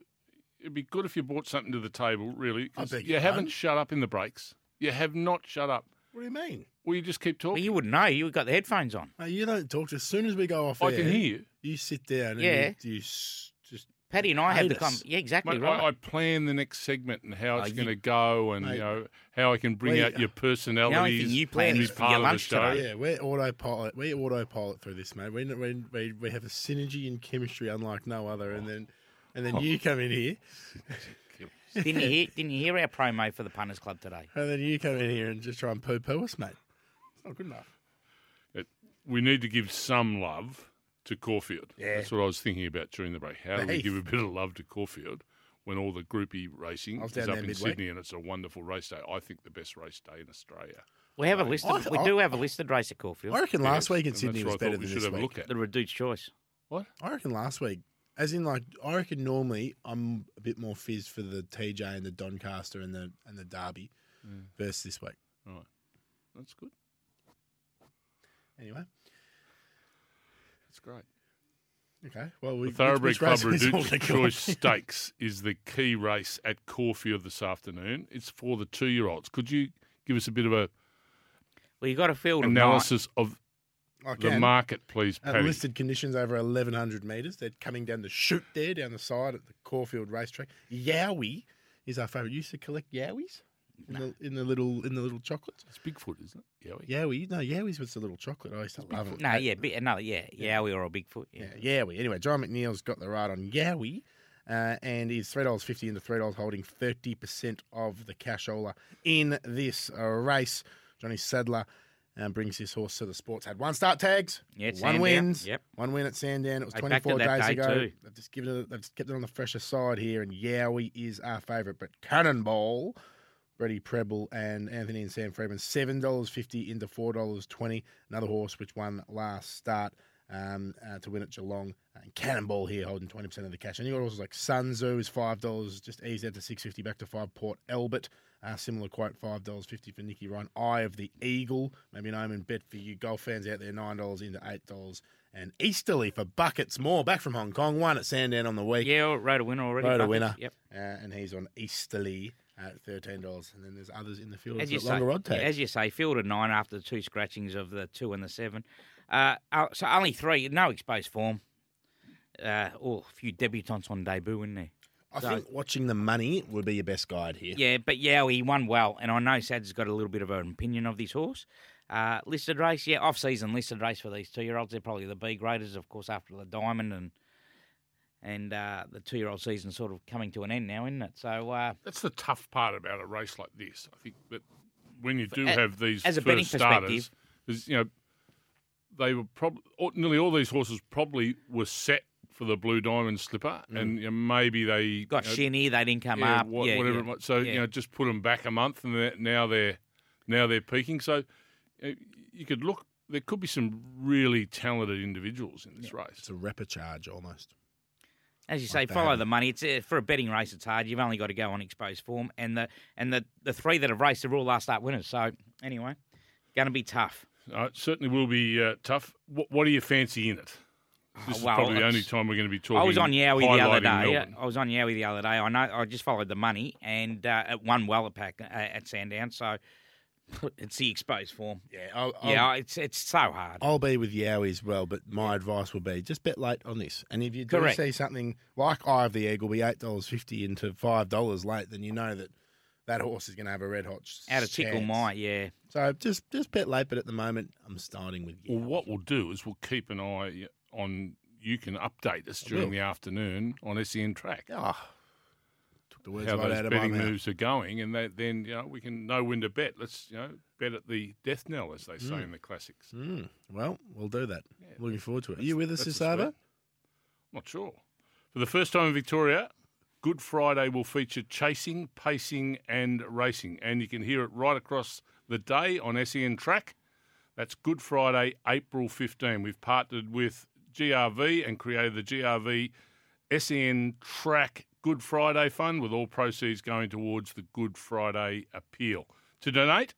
[SPEAKER 3] It'd be good if you brought something to the table, really. 'cause
[SPEAKER 5] I beg
[SPEAKER 3] you
[SPEAKER 5] your
[SPEAKER 3] haven't
[SPEAKER 5] pardon?
[SPEAKER 3] shut up in the breaks. You have not shut up.
[SPEAKER 5] What do you mean?
[SPEAKER 3] Well, you just keep
[SPEAKER 4] Well,
[SPEAKER 3] talking.
[SPEAKER 4] you wouldn't know. You've got the headphones on.
[SPEAKER 5] Mate, you don't talk. As soon as we go off
[SPEAKER 3] I
[SPEAKER 5] air,
[SPEAKER 3] can hear you.
[SPEAKER 5] you sit down and
[SPEAKER 4] Yeah.
[SPEAKER 5] you, you s- just
[SPEAKER 4] Paddy and I had the
[SPEAKER 5] Haters.
[SPEAKER 4] com. Yeah, exactly
[SPEAKER 3] Mate,
[SPEAKER 4] right.
[SPEAKER 3] I, I plan the next segment and how it's
[SPEAKER 4] you-
[SPEAKER 3] going to go, and
[SPEAKER 5] Mate.
[SPEAKER 3] you know how I can bring
[SPEAKER 5] We-
[SPEAKER 3] out your personalities.
[SPEAKER 4] you plan
[SPEAKER 3] and
[SPEAKER 4] is
[SPEAKER 3] be
[SPEAKER 4] for your
[SPEAKER 3] part of the
[SPEAKER 4] lunch
[SPEAKER 3] show.
[SPEAKER 4] today.
[SPEAKER 5] Oh, Yeah, we're autopilot. We autopilot through this, mate. We, we, we, we have a synergy and chemistry unlike no other. And then, and then you come in here,
[SPEAKER 4] didn't you hear? Didn't you hear our promo for the Punters Club today?
[SPEAKER 5] and then you come in here and just try and poo poo us, mate. It's not good enough.
[SPEAKER 3] we need to give some love to Caulfield. That's what I was thinking about during the break. How do we
[SPEAKER 5] Heath.
[SPEAKER 3] give a bit of love to Caulfield when all the groupie racing
[SPEAKER 5] I was
[SPEAKER 3] is
[SPEAKER 5] down
[SPEAKER 3] up
[SPEAKER 5] there
[SPEAKER 3] in
[SPEAKER 5] midweek.
[SPEAKER 3] Sydney and it's a wonderful race day? I think the best race day in Australia.
[SPEAKER 4] We have a listed.
[SPEAKER 5] I-
[SPEAKER 4] we
[SPEAKER 5] I-
[SPEAKER 4] do have a listed race at
[SPEAKER 5] I
[SPEAKER 4] Caulfield.
[SPEAKER 5] reckon last week in Sydney was better
[SPEAKER 3] we
[SPEAKER 5] than
[SPEAKER 3] should
[SPEAKER 5] this
[SPEAKER 3] have a
[SPEAKER 5] week.
[SPEAKER 3] look at.
[SPEAKER 4] The reduced choice.
[SPEAKER 5] I reckon last week, as in like, I reckon normally I'm a bit more fizz for the TJ and the Doncaster and the and the Derby
[SPEAKER 3] Mm.
[SPEAKER 5] versus this week.
[SPEAKER 3] That's good.
[SPEAKER 5] Anyway,
[SPEAKER 3] That's great.
[SPEAKER 5] okay. Well, we
[SPEAKER 3] The Thoroughbred
[SPEAKER 5] which- which
[SPEAKER 3] Club
[SPEAKER 5] race is all
[SPEAKER 3] Reduced
[SPEAKER 5] the
[SPEAKER 3] Choice
[SPEAKER 5] golf?
[SPEAKER 3] Stakes is the key race at Caulfield this afternoon. It's for the two-year-olds. Could you give us a bit of a
[SPEAKER 4] Well, you got a field of nine.
[SPEAKER 3] analysis of
[SPEAKER 5] I
[SPEAKER 3] the
[SPEAKER 5] can.
[SPEAKER 3] market, please,
[SPEAKER 5] At
[SPEAKER 3] Paddy?
[SPEAKER 5] listed conditions over 1,100 metres. They're coming down the chute there, down the side at the Caulfield racetrack. Yowie is our favourite. You used to collect Yowies in, the, in the little in the little chocolates.
[SPEAKER 3] It's Bigfoot, isn't it? Yeah. we-
[SPEAKER 5] Yowie, no, Yowies was the little chocolate. I used to love them.
[SPEAKER 4] No, yeah, bi- another, yeah, yeah, we were all Bigfoot. Yeah.
[SPEAKER 5] Yeah, Yowie. Anyway, John McNeil's got the ride on Yowie. Uh, and is three dollars fifty into three dollars, holding thirty percent of the cashola in this uh, race. Johnny Sadler and brings his horse to the sports. Had one start tags,
[SPEAKER 4] Yeah,
[SPEAKER 5] one
[SPEAKER 4] Sandown,
[SPEAKER 5] wins,
[SPEAKER 4] yep.
[SPEAKER 5] one win at Sandown. It was
[SPEAKER 4] They backed it
[SPEAKER 5] 24
[SPEAKER 4] that
[SPEAKER 5] days
[SPEAKER 4] day
[SPEAKER 5] ago.
[SPEAKER 4] too.
[SPEAKER 5] They've just given it, they've just kept it on the fresher side here, and Yowie is our favourite. But Cannonball, Brady Preble, and Anthony and Sam Freeman, seven dollars fifty into four dollars twenty. Another horse which won last start. Um, uh, to win at Geelong and Cannonball here holding twenty percent of the cash. And you got horses like Sun Zoo is five dollars, just eased out to six fifty back to five. Port Albert, uh, similar quote, five dollars fifty for Nicky Ryan. Eye of the Eagle, maybe an omen bet for you golf fans out there, nine dollars into eight dollars. And Easterly for buckets more, back from Hong Kong, one at Sandown on the week.
[SPEAKER 4] Yeah, all right, rode a winner already.
[SPEAKER 5] Rode a
[SPEAKER 4] Buckets.
[SPEAKER 5] winner.
[SPEAKER 4] Yep.
[SPEAKER 5] Uh, and he's on Easterly at thirteen dollars. And then there's others in the field.
[SPEAKER 4] As
[SPEAKER 5] As
[SPEAKER 4] you, say,
[SPEAKER 5] longer rod
[SPEAKER 4] yeah,
[SPEAKER 5] tag.
[SPEAKER 4] as you say, fielded nine after the two scratchings of the two and the seven. Uh, oh, so only three, no exposed form. Uh, oh, a few debutants on debut, in there?
[SPEAKER 5] I think watching the money would be your best guide here.
[SPEAKER 4] Yeah, but yeah, he won well, and I know Sad's got a little bit of an opinion of this horse. Uh, listed race, yeah, off-season listed race for these two-year-olds. They're probably the B graders, of course, after the Diamond and and uh, the two-year-old season sort of coming to an end now, isn't it? So uh,
[SPEAKER 3] That's the tough part about a race like this. I think that when you do
[SPEAKER 4] a-
[SPEAKER 3] have these
[SPEAKER 4] as a
[SPEAKER 3] first
[SPEAKER 4] betting
[SPEAKER 3] starters,
[SPEAKER 4] perspective-
[SPEAKER 3] is, you know, they were probably nearly all these horses probably were set for the Blue Diamond Slipper, and you know, maybe they
[SPEAKER 4] Mm. got
[SPEAKER 3] you know,
[SPEAKER 4] Shinny, they didn't come
[SPEAKER 3] yeah,
[SPEAKER 4] up,
[SPEAKER 3] wha-
[SPEAKER 4] yeah,
[SPEAKER 3] whatever.
[SPEAKER 4] yeah,
[SPEAKER 3] It might, so you
[SPEAKER 4] yeah.
[SPEAKER 3] know, just put them back a month, and they're, now they're now they're peaking. So uh, you could look. There could be some really talented individuals in this race.
[SPEAKER 5] It's a repercharge almost.
[SPEAKER 4] As you say,
[SPEAKER 5] like they
[SPEAKER 4] follow
[SPEAKER 5] haven't.
[SPEAKER 4] the money. It's uh, for a betting race. It's hard. You've only got to go on exposed form, and the and the, the three that have raced are all last start winners. So anyway, going to be tough.
[SPEAKER 3] Uh, it certainly will be uh, tough. What, what do you fancy in it? This is
[SPEAKER 4] Uh, well,
[SPEAKER 3] probably the
[SPEAKER 4] it's-
[SPEAKER 3] only time we're going to be talking.
[SPEAKER 4] I was on Yowie the other
[SPEAKER 3] highlighting
[SPEAKER 4] day.
[SPEAKER 3] Melbourne.
[SPEAKER 4] I was on Yowie the other day. I know. I just followed the money, and uh, it won well at pack uh, at Sandown. So it's the exposed form.
[SPEAKER 5] Yeah, I'll,
[SPEAKER 3] Oh.
[SPEAKER 5] I'll,
[SPEAKER 4] Yeah, it's it's so hard.
[SPEAKER 5] I'll be with Yowie as well, but my advice would be just bet late on this. And if you do
[SPEAKER 4] Correct.
[SPEAKER 5] see something like Eye of the Eagle be eight dollars fifty into five dollars late, then you know that that horse is going to have a red hot sh-
[SPEAKER 4] Out of tickle
[SPEAKER 5] chance.
[SPEAKER 4] my yeah.
[SPEAKER 5] So just just bet late, but at the moment I'm starting with Yowie.
[SPEAKER 3] Well, what we'll do is we'll keep an eye on. You can update us during
[SPEAKER 5] will.
[SPEAKER 3] the afternoon on SEN Track
[SPEAKER 5] Ah, took the words
[SPEAKER 3] how
[SPEAKER 5] right
[SPEAKER 3] those
[SPEAKER 5] out of my
[SPEAKER 3] betting
[SPEAKER 5] mouth.
[SPEAKER 3] moves are going, and that, then you know we can know when to bet. Let's you know bet at the death knell, as they say in the classics.
[SPEAKER 5] Mm, well, we'll do that. Looking forward to it. Are
[SPEAKER 3] That's-
[SPEAKER 5] you with us
[SPEAKER 3] that's
[SPEAKER 5] this
[SPEAKER 3] the sweat.
[SPEAKER 5] over?
[SPEAKER 3] Not sure. For the first time in Victoria, Good Friday will feature chasing, pacing, and racing. And you can hear it right across the day on SEN Track. That's Good Friday, April 15. We've partnered with GRV and created the GRV SEN E Track Good Friday Fund with all proceeds going towards the Good Friday appeal. To donate,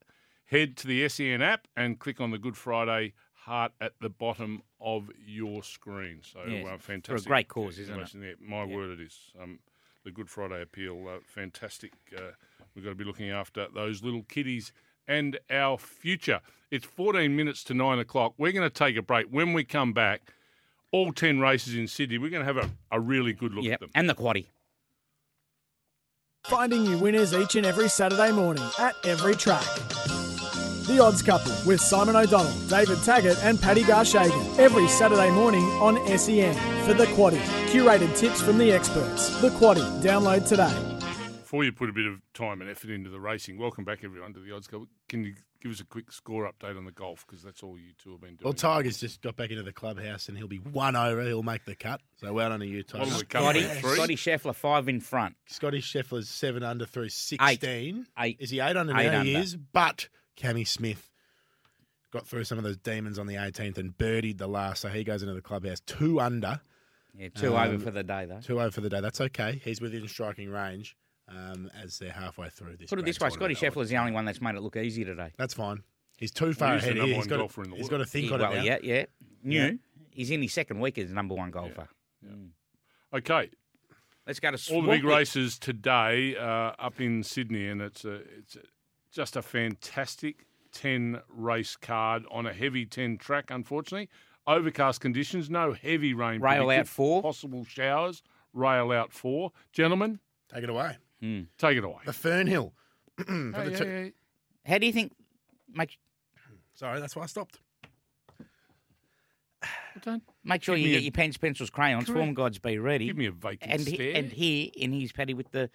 [SPEAKER 3] head to the SEN app and click on the Good Friday heart at the bottom of your screen. So
[SPEAKER 4] Yes,
[SPEAKER 3] uh, fantastic.
[SPEAKER 4] for a great cause, isn't it?
[SPEAKER 3] information there. My word, it is. Um, the Good Friday appeal, uh, fantastic. Uh, we've got to be looking after those little kiddies and our future. It's 14 minutes to nine o'clock. We're going to take a break. When we come back, all 10 races in Sydney, we're going to have a, a really good look
[SPEAKER 4] Yeah,
[SPEAKER 3] at them.
[SPEAKER 4] and the quaddy.
[SPEAKER 2] Finding you winners each and every Saturday morning at every track. The Odds Couple with Simon O'Donnell, David Taggart, and Paddy Garshagen every Saturday morning on SEN for The Quaddy. Curated tips from the experts. The Quaddy. Download today.
[SPEAKER 3] Before you put a bit of time and effort into the racing, welcome back everyone to the Odds Cup. Can you give us a quick score update on the golf? Because that's all you two have been doing.
[SPEAKER 5] Well, Tiger's just got back into the clubhouse and he'll be one over. He'll make the cut. So well done to you, Tiger.
[SPEAKER 3] What was it, couple
[SPEAKER 4] Scotty,
[SPEAKER 3] of three?
[SPEAKER 4] Scotty Scheffler five in front.
[SPEAKER 5] Scotty Scheffler's seven under through 16.
[SPEAKER 4] Eight.
[SPEAKER 5] Is he eight under
[SPEAKER 4] Eight
[SPEAKER 5] now? He
[SPEAKER 4] under.
[SPEAKER 5] is. But Cammy Smith got through some of those demons on the 18th and birdied the last. So he goes into the clubhouse two under,
[SPEAKER 4] Yeah, two
[SPEAKER 5] Um,
[SPEAKER 4] over for the day though.
[SPEAKER 5] two over for the day. That's okay. He's within striking range um, as they're halfway through this.
[SPEAKER 4] Put it
[SPEAKER 5] grand
[SPEAKER 4] this way, Scotty
[SPEAKER 5] tournament.
[SPEAKER 4] Scheffler's the only one that's made it look easy today.
[SPEAKER 5] That's fine. He's too far
[SPEAKER 3] he's the
[SPEAKER 5] ahead.
[SPEAKER 3] number
[SPEAKER 5] here. He's
[SPEAKER 3] one
[SPEAKER 5] got,
[SPEAKER 3] golfer in the
[SPEAKER 5] he's
[SPEAKER 3] world.
[SPEAKER 5] got to think
[SPEAKER 4] He-
[SPEAKER 5] on
[SPEAKER 4] well,
[SPEAKER 5] it now.
[SPEAKER 4] yeah, yeah, new. He's in his second week as number one golfer.
[SPEAKER 3] Okay,
[SPEAKER 4] Let's go to
[SPEAKER 3] all the big
[SPEAKER 4] Swampy.
[SPEAKER 3] races today uh, up in Sydney, and it's a, it's a, just a fantastic ten race card on a heavy ten track. Unfortunately, overcast conditions, no heavy rain.
[SPEAKER 4] Rail out
[SPEAKER 3] predicted,
[SPEAKER 4] four.
[SPEAKER 3] possible showers. Rail out four, gentlemen,
[SPEAKER 5] Take it away.
[SPEAKER 3] take it away.
[SPEAKER 5] The Fernhill. For the two-
[SPEAKER 4] How do you think? Make
[SPEAKER 5] Sorry, that's why I stopped.
[SPEAKER 4] make sure
[SPEAKER 3] Give
[SPEAKER 4] you
[SPEAKER 3] me
[SPEAKER 4] get
[SPEAKER 3] a-
[SPEAKER 4] your pens, pencils, crayons. Form gods be ready.
[SPEAKER 3] Give me a vacant
[SPEAKER 4] and
[SPEAKER 3] stare.
[SPEAKER 4] he, and here in his paddy with the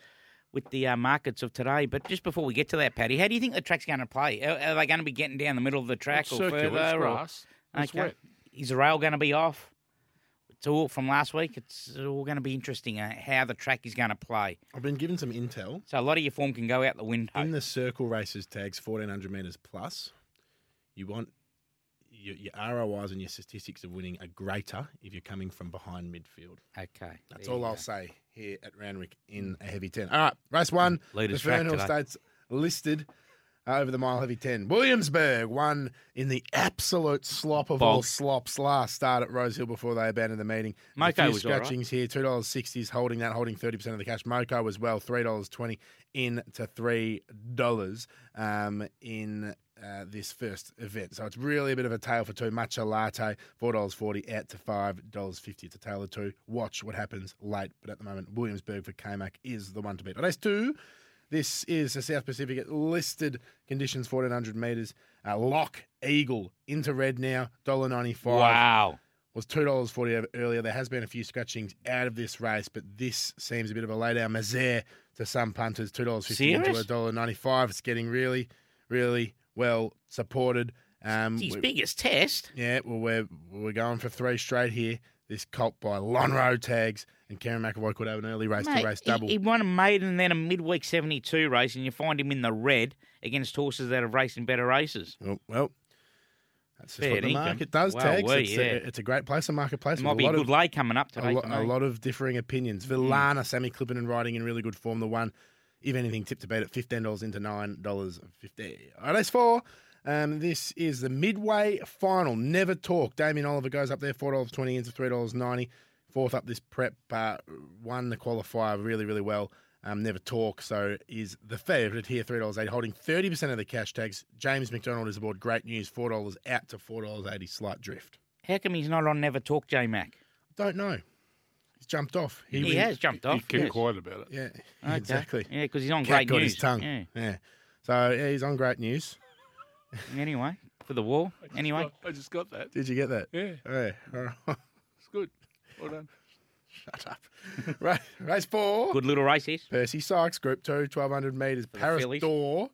[SPEAKER 4] with the uh, markets of today. But just before we get to that, Paddy, how do you think the track's going to play? Are, are they going to be getting down the middle of the track
[SPEAKER 3] It's
[SPEAKER 4] or
[SPEAKER 3] circular,
[SPEAKER 4] further?
[SPEAKER 3] it's
[SPEAKER 4] or-
[SPEAKER 3] grass, it's
[SPEAKER 4] okay.
[SPEAKER 3] wet.
[SPEAKER 4] Is the rail going to be off? It's all from last week. It's all going to be interesting uh, how the track is going to play.
[SPEAKER 5] I've been given some intel.
[SPEAKER 4] So a lot of your form can go out the window.
[SPEAKER 5] In the circle races tags, 1400 metres plus, you want your, your ROIs and your statistics of winning are greater if you're coming from behind midfield.
[SPEAKER 4] okay,
[SPEAKER 5] That's
[SPEAKER 4] there
[SPEAKER 5] all
[SPEAKER 4] you
[SPEAKER 5] I'll
[SPEAKER 4] go. Mm,
[SPEAKER 5] say here at Randwick in a heavy 10. All right, race one.
[SPEAKER 4] Leaders
[SPEAKER 5] the
[SPEAKER 4] track
[SPEAKER 5] Fernhill
[SPEAKER 4] today.
[SPEAKER 5] States listed uh, over the mile heavy 10. Williamsburg won in the absolute slop of all
[SPEAKER 4] Bog.
[SPEAKER 5] slops last start at Rosehill before they abandoned the meeting.
[SPEAKER 4] Moco
[SPEAKER 5] a few
[SPEAKER 4] was all right.
[SPEAKER 5] scratchings here. Two dollars sixty is holding that, holding thirty percent of the cash. Moco was well, three dollars twenty in to three dollars um, in uh, this first event. So it's really a bit of a tail for two. Matcha latte, four dollars forty out to five dollars fifty. It's a tail of two. Watch what happens late, but at the moment, Williamsburg for KMAC is the one to beat. Race two. This is the South Pacific at listed conditions, fourteen hundred meters. Uh, Lock Eagle into red now, dollar ninety five
[SPEAKER 4] Wow.
[SPEAKER 5] was two dollars forty earlier. There has been a few scratchings out of this race, but this seems a bit of a laydown. Mazair to some punters, two dollars fifty to a
[SPEAKER 4] Serious?
[SPEAKER 5] dollar ninety five. It's getting really, really well supported. Um,
[SPEAKER 4] His
[SPEAKER 5] we-
[SPEAKER 4] biggest test.
[SPEAKER 5] yeah, well we're we're going for three straight here. This cult by Lonro tags and Karen McAvoy could have an early race
[SPEAKER 4] Mate,
[SPEAKER 5] to race
[SPEAKER 4] he-
[SPEAKER 5] double.
[SPEAKER 4] He, won a maiden and then a midweek 72 race, and you find him in the red against horses that have raced in better races.
[SPEAKER 5] well, Oh, well, that's just
[SPEAKER 4] Fair
[SPEAKER 5] what the
[SPEAKER 4] dinkum.
[SPEAKER 5] market does.
[SPEAKER 4] Wow,
[SPEAKER 5] tags.
[SPEAKER 4] wee,
[SPEAKER 5] it's,
[SPEAKER 4] yeah.
[SPEAKER 5] a, it's a great place, a
[SPEAKER 4] It
[SPEAKER 5] marketplace. with
[SPEAKER 4] might
[SPEAKER 5] a
[SPEAKER 4] be a
[SPEAKER 5] lot
[SPEAKER 4] good
[SPEAKER 5] of,
[SPEAKER 4] lay coming up today.
[SPEAKER 5] a, lo-
[SPEAKER 4] for
[SPEAKER 5] a
[SPEAKER 4] me.
[SPEAKER 5] lot of differing opinions.
[SPEAKER 4] Mm.
[SPEAKER 5] Villana, Sammy Clippin and riding in really good form. The one, if anything, tipped to beat at fifteen dollars into nine dollars fifty. All right, race four. Um, this is the midway final. Never talk. Damien Oliver goes up there four dollars twenty into three dollars ninety. Fourth up this prep, uh, won the qualifier really really well. Um, never talk. So is the favourite here three dollars eight, holding thirty percent of the cash tags. James McDonald is aboard. Great news. Four dollars out to four dollars eighty. Slight drift.
[SPEAKER 4] How come he's not on Never Talk, J Mac?
[SPEAKER 5] Don't know. He's jumped off.
[SPEAKER 4] He,
[SPEAKER 5] was-
[SPEAKER 4] has jumped off.
[SPEAKER 3] He kept
[SPEAKER 4] yes.
[SPEAKER 3] quiet about it.
[SPEAKER 5] Yeah,
[SPEAKER 4] Okay.
[SPEAKER 5] exactly.
[SPEAKER 4] Yeah, because he's on
[SPEAKER 5] Cat
[SPEAKER 4] great
[SPEAKER 5] got
[SPEAKER 4] news.
[SPEAKER 5] his tongue.
[SPEAKER 4] Yeah.
[SPEAKER 5] Yeah. So yeah, he's on great news.
[SPEAKER 4] Anyway, for the wall. Anyway,
[SPEAKER 3] I just got that.
[SPEAKER 5] Did you get that?
[SPEAKER 3] Yeah,
[SPEAKER 5] Yeah. All right.
[SPEAKER 3] it's good. Well done.
[SPEAKER 5] Shut up. Right, race four.
[SPEAKER 4] good little race this.
[SPEAKER 5] Percy Sykes, Group Two, twelve hundred meters.
[SPEAKER 4] the
[SPEAKER 5] Paris
[SPEAKER 4] fillies.
[SPEAKER 5] Door,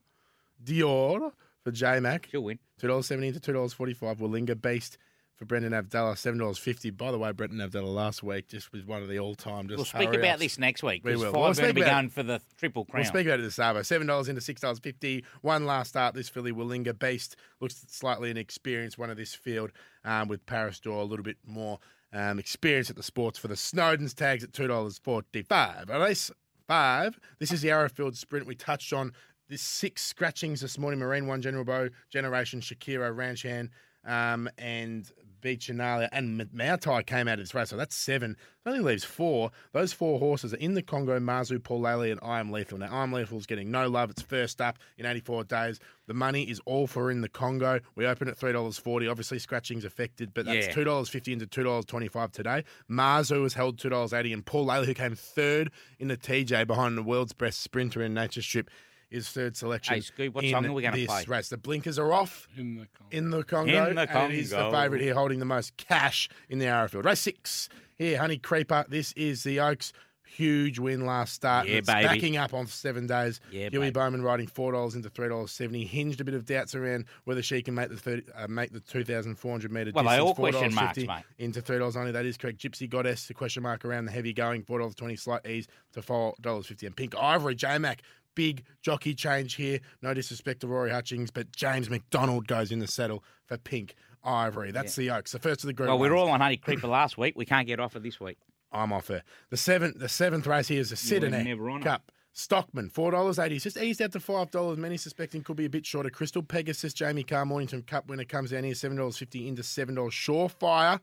[SPEAKER 5] Dior for J Mac.
[SPEAKER 4] She'll win.
[SPEAKER 5] Two dollars seventy to two dollars forty five. Willinga Beast for Brendan Abdallah. Seven dollars fifty. By the way, Brendan Abdallah last week just was one of the all time. Just
[SPEAKER 4] We'll speak
[SPEAKER 5] hurry
[SPEAKER 4] about
[SPEAKER 5] ups.
[SPEAKER 4] this next week.
[SPEAKER 5] We
[SPEAKER 4] because Five
[SPEAKER 5] will. We'll
[SPEAKER 4] are going to
[SPEAKER 5] speak
[SPEAKER 4] be
[SPEAKER 5] about-
[SPEAKER 4] going for the triple crown.
[SPEAKER 5] We'll speak about it this Sabo. Seven dollars into six dollars fifty. One last start. This filly Willinga Beast looks slightly inexperienced. One of this field um, with Paris Door a little bit more um, experience at the sports for the Snowdens tags at two dollars forty five. Race five. This is the Arrowfield Sprint. We touched on this six scratchings this morning. Marine One General Bow Generation Shakira Ranch Hand. Um, and Beachinalia and M- Mautai came out of this race, so that's seven. It only leaves four. Those four horses are in the Congo, Mazu, Paulali, and I Am Lethal. Now, I Am Lethal's getting no love. It's first up in 84 days. The money is all for in the Congo. We open at $3.40. Obviously, scratching's affected, but that's
[SPEAKER 4] Yeah.
[SPEAKER 5] $2.50 into $2.25 today. Mazu was held $2.80, and Paul Lally, who came third in the TJ behind the world's best sprinter in Nature Strip, is third selection.
[SPEAKER 4] Hey, Scoop, what
[SPEAKER 5] in
[SPEAKER 4] song are we gonna
[SPEAKER 5] this
[SPEAKER 4] play?
[SPEAKER 5] Race. The blinkers are off
[SPEAKER 3] In the con-
[SPEAKER 5] in the Congo.
[SPEAKER 4] In the
[SPEAKER 5] And it is the
[SPEAKER 4] Congo.
[SPEAKER 5] favourite here, holding the most cash in the Arrowfield. Race six here, Honey Creeper. This is the Oaks. Huge win last start. and
[SPEAKER 4] Yeah,
[SPEAKER 5] it's
[SPEAKER 4] baby.
[SPEAKER 5] Backing up on seven days.
[SPEAKER 4] Yeah,
[SPEAKER 5] Huey
[SPEAKER 4] baby.
[SPEAKER 5] Bowman riding four dollars into three dollars seventy. Hinged a bit of doubts around whether she can make the 30, uh, make the two thousand four hundred meter.
[SPEAKER 4] Well, they
[SPEAKER 5] distance,
[SPEAKER 4] all question marks,
[SPEAKER 5] $4.50
[SPEAKER 4] mate.
[SPEAKER 5] into three dollars only. That is correct. Gypsy Goddess, the question mark around the heavy going, four dollars twenty slight ease to four dollars fifty. And Pink Ivory, J Mac, big jockey change here. No disrespect to Rory Hutchings, but James McDonald goes in the saddle for Pink Ivory. That's the Oaks, the first of the group.
[SPEAKER 4] Well, we were
[SPEAKER 5] ones.
[SPEAKER 4] all on Honey Creeper last week. We can't get off it this week.
[SPEAKER 5] I'm off her. The seventh, the seventh race here is the
[SPEAKER 4] You were never on
[SPEAKER 5] Sidonet
[SPEAKER 4] it.
[SPEAKER 5] Cup. Stockman, four dollars eighty. It's Just eased out to five dollars. Many suspecting could be a bit shorter. Crystal Pegasus, Jamie Carr, Mornington Cup winner comes down here, seven dollars fifty into seven dollars. Surefire,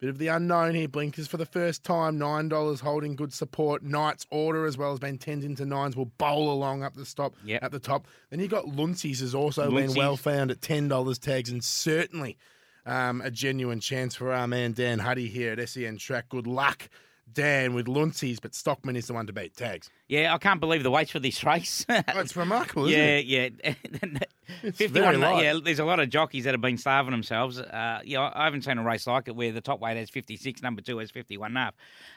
[SPEAKER 5] bit of the unknown here. Blinkers for the first time, nine dollars holding good support. Knights Order as well has been tens into nines. Will bowl along up the stop
[SPEAKER 4] Yep.
[SPEAKER 5] at the top. Then you got Luncy's has also been
[SPEAKER 4] Luncy's.
[SPEAKER 5] well found at ten dollars tags and certainly um, a genuine chance for our man Dan Huddy here at SEN Track. Good luck, Dan, with Luncy's, but Stockman is the one to beat tags.
[SPEAKER 4] Yeah, I can't believe the waits for this race.
[SPEAKER 5] That's remarkable, isn't
[SPEAKER 4] Uh, yeah,
[SPEAKER 5] Oh, it?
[SPEAKER 4] yeah. Fifty-one.
[SPEAKER 5] very light.
[SPEAKER 4] Yeah, there's a lot of jockeys that have been starving themselves. Uh, yeah, I I haven't seen a race like it where the top weight has fifty-six, number two has fifty-one and a half.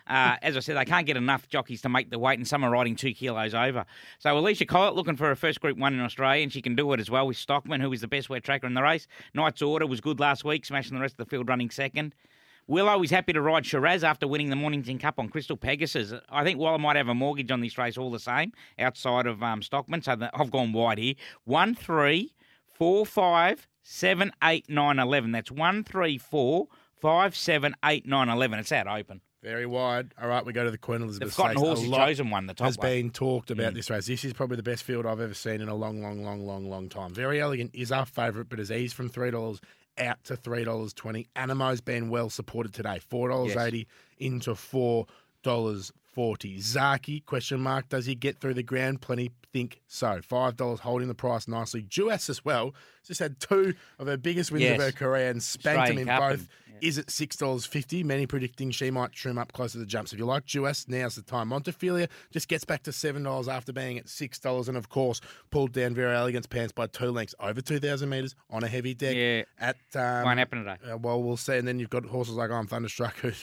[SPEAKER 4] Uh, as I said, they can't get enough jockeys to make the weight, and some are riding two kilos over. So Alicia Collett looking for her first Group One in Australia, and she can do it as well with Stockman, who is the best wet tracker in the race. Knight's Order was good last week, smashing the rest of the field, running second. Willow is happy to ride Shiraz after winning the Mornington Cup on Crystal Pegasus. I think Willow might have a mortgage on this race all the same, outside of um, Stockman. So the, I've gone wide here. One, three, four, five, seven, eight, nine, eleven. That's one, three, four, five, seven, eight, nine, eleven. It's that open.
[SPEAKER 5] Very wide. All right, we go to the Queen Elizabeth.
[SPEAKER 4] The forgotten
[SPEAKER 5] Stakes.
[SPEAKER 4] horse
[SPEAKER 5] A
[SPEAKER 4] is
[SPEAKER 5] lot
[SPEAKER 4] chosen one, the top
[SPEAKER 5] has
[SPEAKER 4] one. Mm.
[SPEAKER 5] been talked about this race. This is probably the best field I've ever seen in a long, long, long, long, long time. Very elegant is our favourite, but has eased from three dollars out to three dollars twenty. Animo's been well supported today. Four dollars eighty into four dollars forty. Zaki question mark does he get through the ground? Plenty think so. Five dollars holding the price nicely. Jewess as well just had two of her biggest wins
[SPEAKER 4] Yes.
[SPEAKER 5] of her career and spanked
[SPEAKER 4] Australian
[SPEAKER 5] them in
[SPEAKER 4] Cup and-
[SPEAKER 5] both is at six dollars fifty. Many predicting she might trim up closer to the jumps. If you like Jewess, now's the time. Montefilia just gets back to seven dollars after being at six dollars, and of course pulled down Vera Elegant's pants by two lengths over two thousand meters on a heavy deck.
[SPEAKER 4] Yeah.
[SPEAKER 5] at um,
[SPEAKER 4] Won't happen today.
[SPEAKER 5] uh, well, we'll see. And then you've got horses like I'm Thunderstruck, who's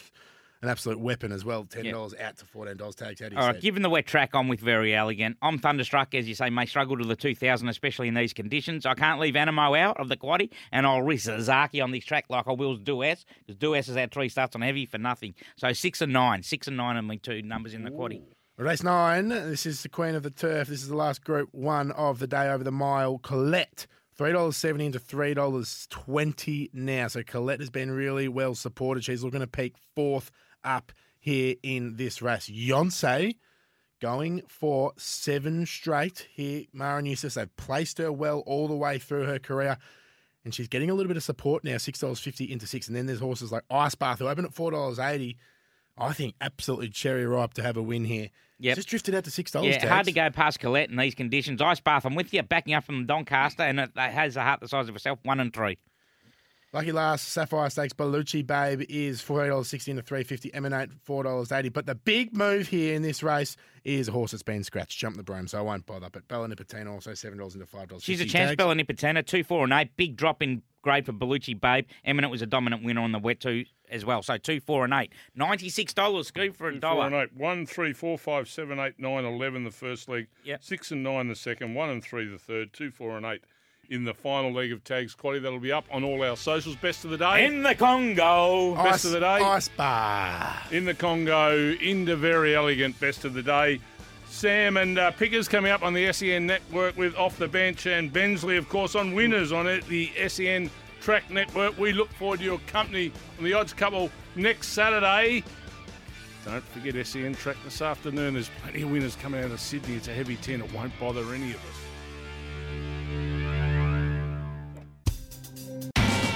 [SPEAKER 5] an absolute weapon as well. Ten dollars out to fourteen dollars. Tags how do you
[SPEAKER 4] All
[SPEAKER 5] see
[SPEAKER 4] right,
[SPEAKER 5] it?
[SPEAKER 4] given the wet track, I'm with Very Elegant. I'm Thunderstruck, as you say, may struggle to the 2000, especially in these conditions. I can't leave Animo out of the quaddy, and I'll risk Zaki on this track like I will Duess, because Duess has had three starts on heavy for nothing. So six and nine. Six and nine are my two numbers in the quaddy.
[SPEAKER 5] Race nine. This is the Queen of the Turf. This is the last Group One of the day over the mile. Colette. Three dollars seventy into three dollars twenty now. So Colette has been really well supported. She's looking to peak fourth up here in this race. Yonsei going for seven straight here. Mara Newsis, they've placed her well all the way through her career. And she's getting a little bit of support now, six dollars fifty into six. And then there's horses like Ice Bath who open at four dollars eighty. I think absolutely cherry ripe to have a win here.
[SPEAKER 4] Yep.
[SPEAKER 5] Just drifted out to six dollars.
[SPEAKER 4] Yeah, hard to go past Colette in these conditions. Ice Bath, I'm with you, backing up from Doncaster, and it it has a heart the size of herself, one and three.
[SPEAKER 5] Lucky last Sapphire Stakes Bellucci Babe is four dollars sixty into three fifty. Emanate four dollars eighty. But the big move here in this race is a horse that's been scratched. Jump the broom, so I won't bother. But Bella Nipotina also seven dollars into five dollars.
[SPEAKER 4] She's a chance, Bella Nipitana, two, four, and eight. Big drop in grade for Bellucci Babe. Eminent was a dominant winner on the wet two as well. So two, four, and eight. Ninety-six dollars scoop for
[SPEAKER 3] Four
[SPEAKER 4] a
[SPEAKER 3] and
[SPEAKER 4] dollar.
[SPEAKER 3] eight. One, three, four, five, seven, eight, nine, eleven. The first leg.
[SPEAKER 4] Yep.
[SPEAKER 3] Six and nine. The second. One and three. The third. Two, four, and eight. In the final leg of tags, quality that'll be up on all our socials. Best of the day.
[SPEAKER 4] In the Congo.
[SPEAKER 3] Best of the day.
[SPEAKER 5] Ice Bar.
[SPEAKER 3] in the Congo into very elegant best of the day. Sam and uh, Pickers coming up on the SEN network with Off the Bench and Bensley, of course, on Winners on it, the SEN Track Network. We look forward to your company on the Odds Couple next Saturday. Don't forget SEN Track this afternoon. There's plenty of winners coming out of Sydney. It's a heavy 10. It won't bother any of us.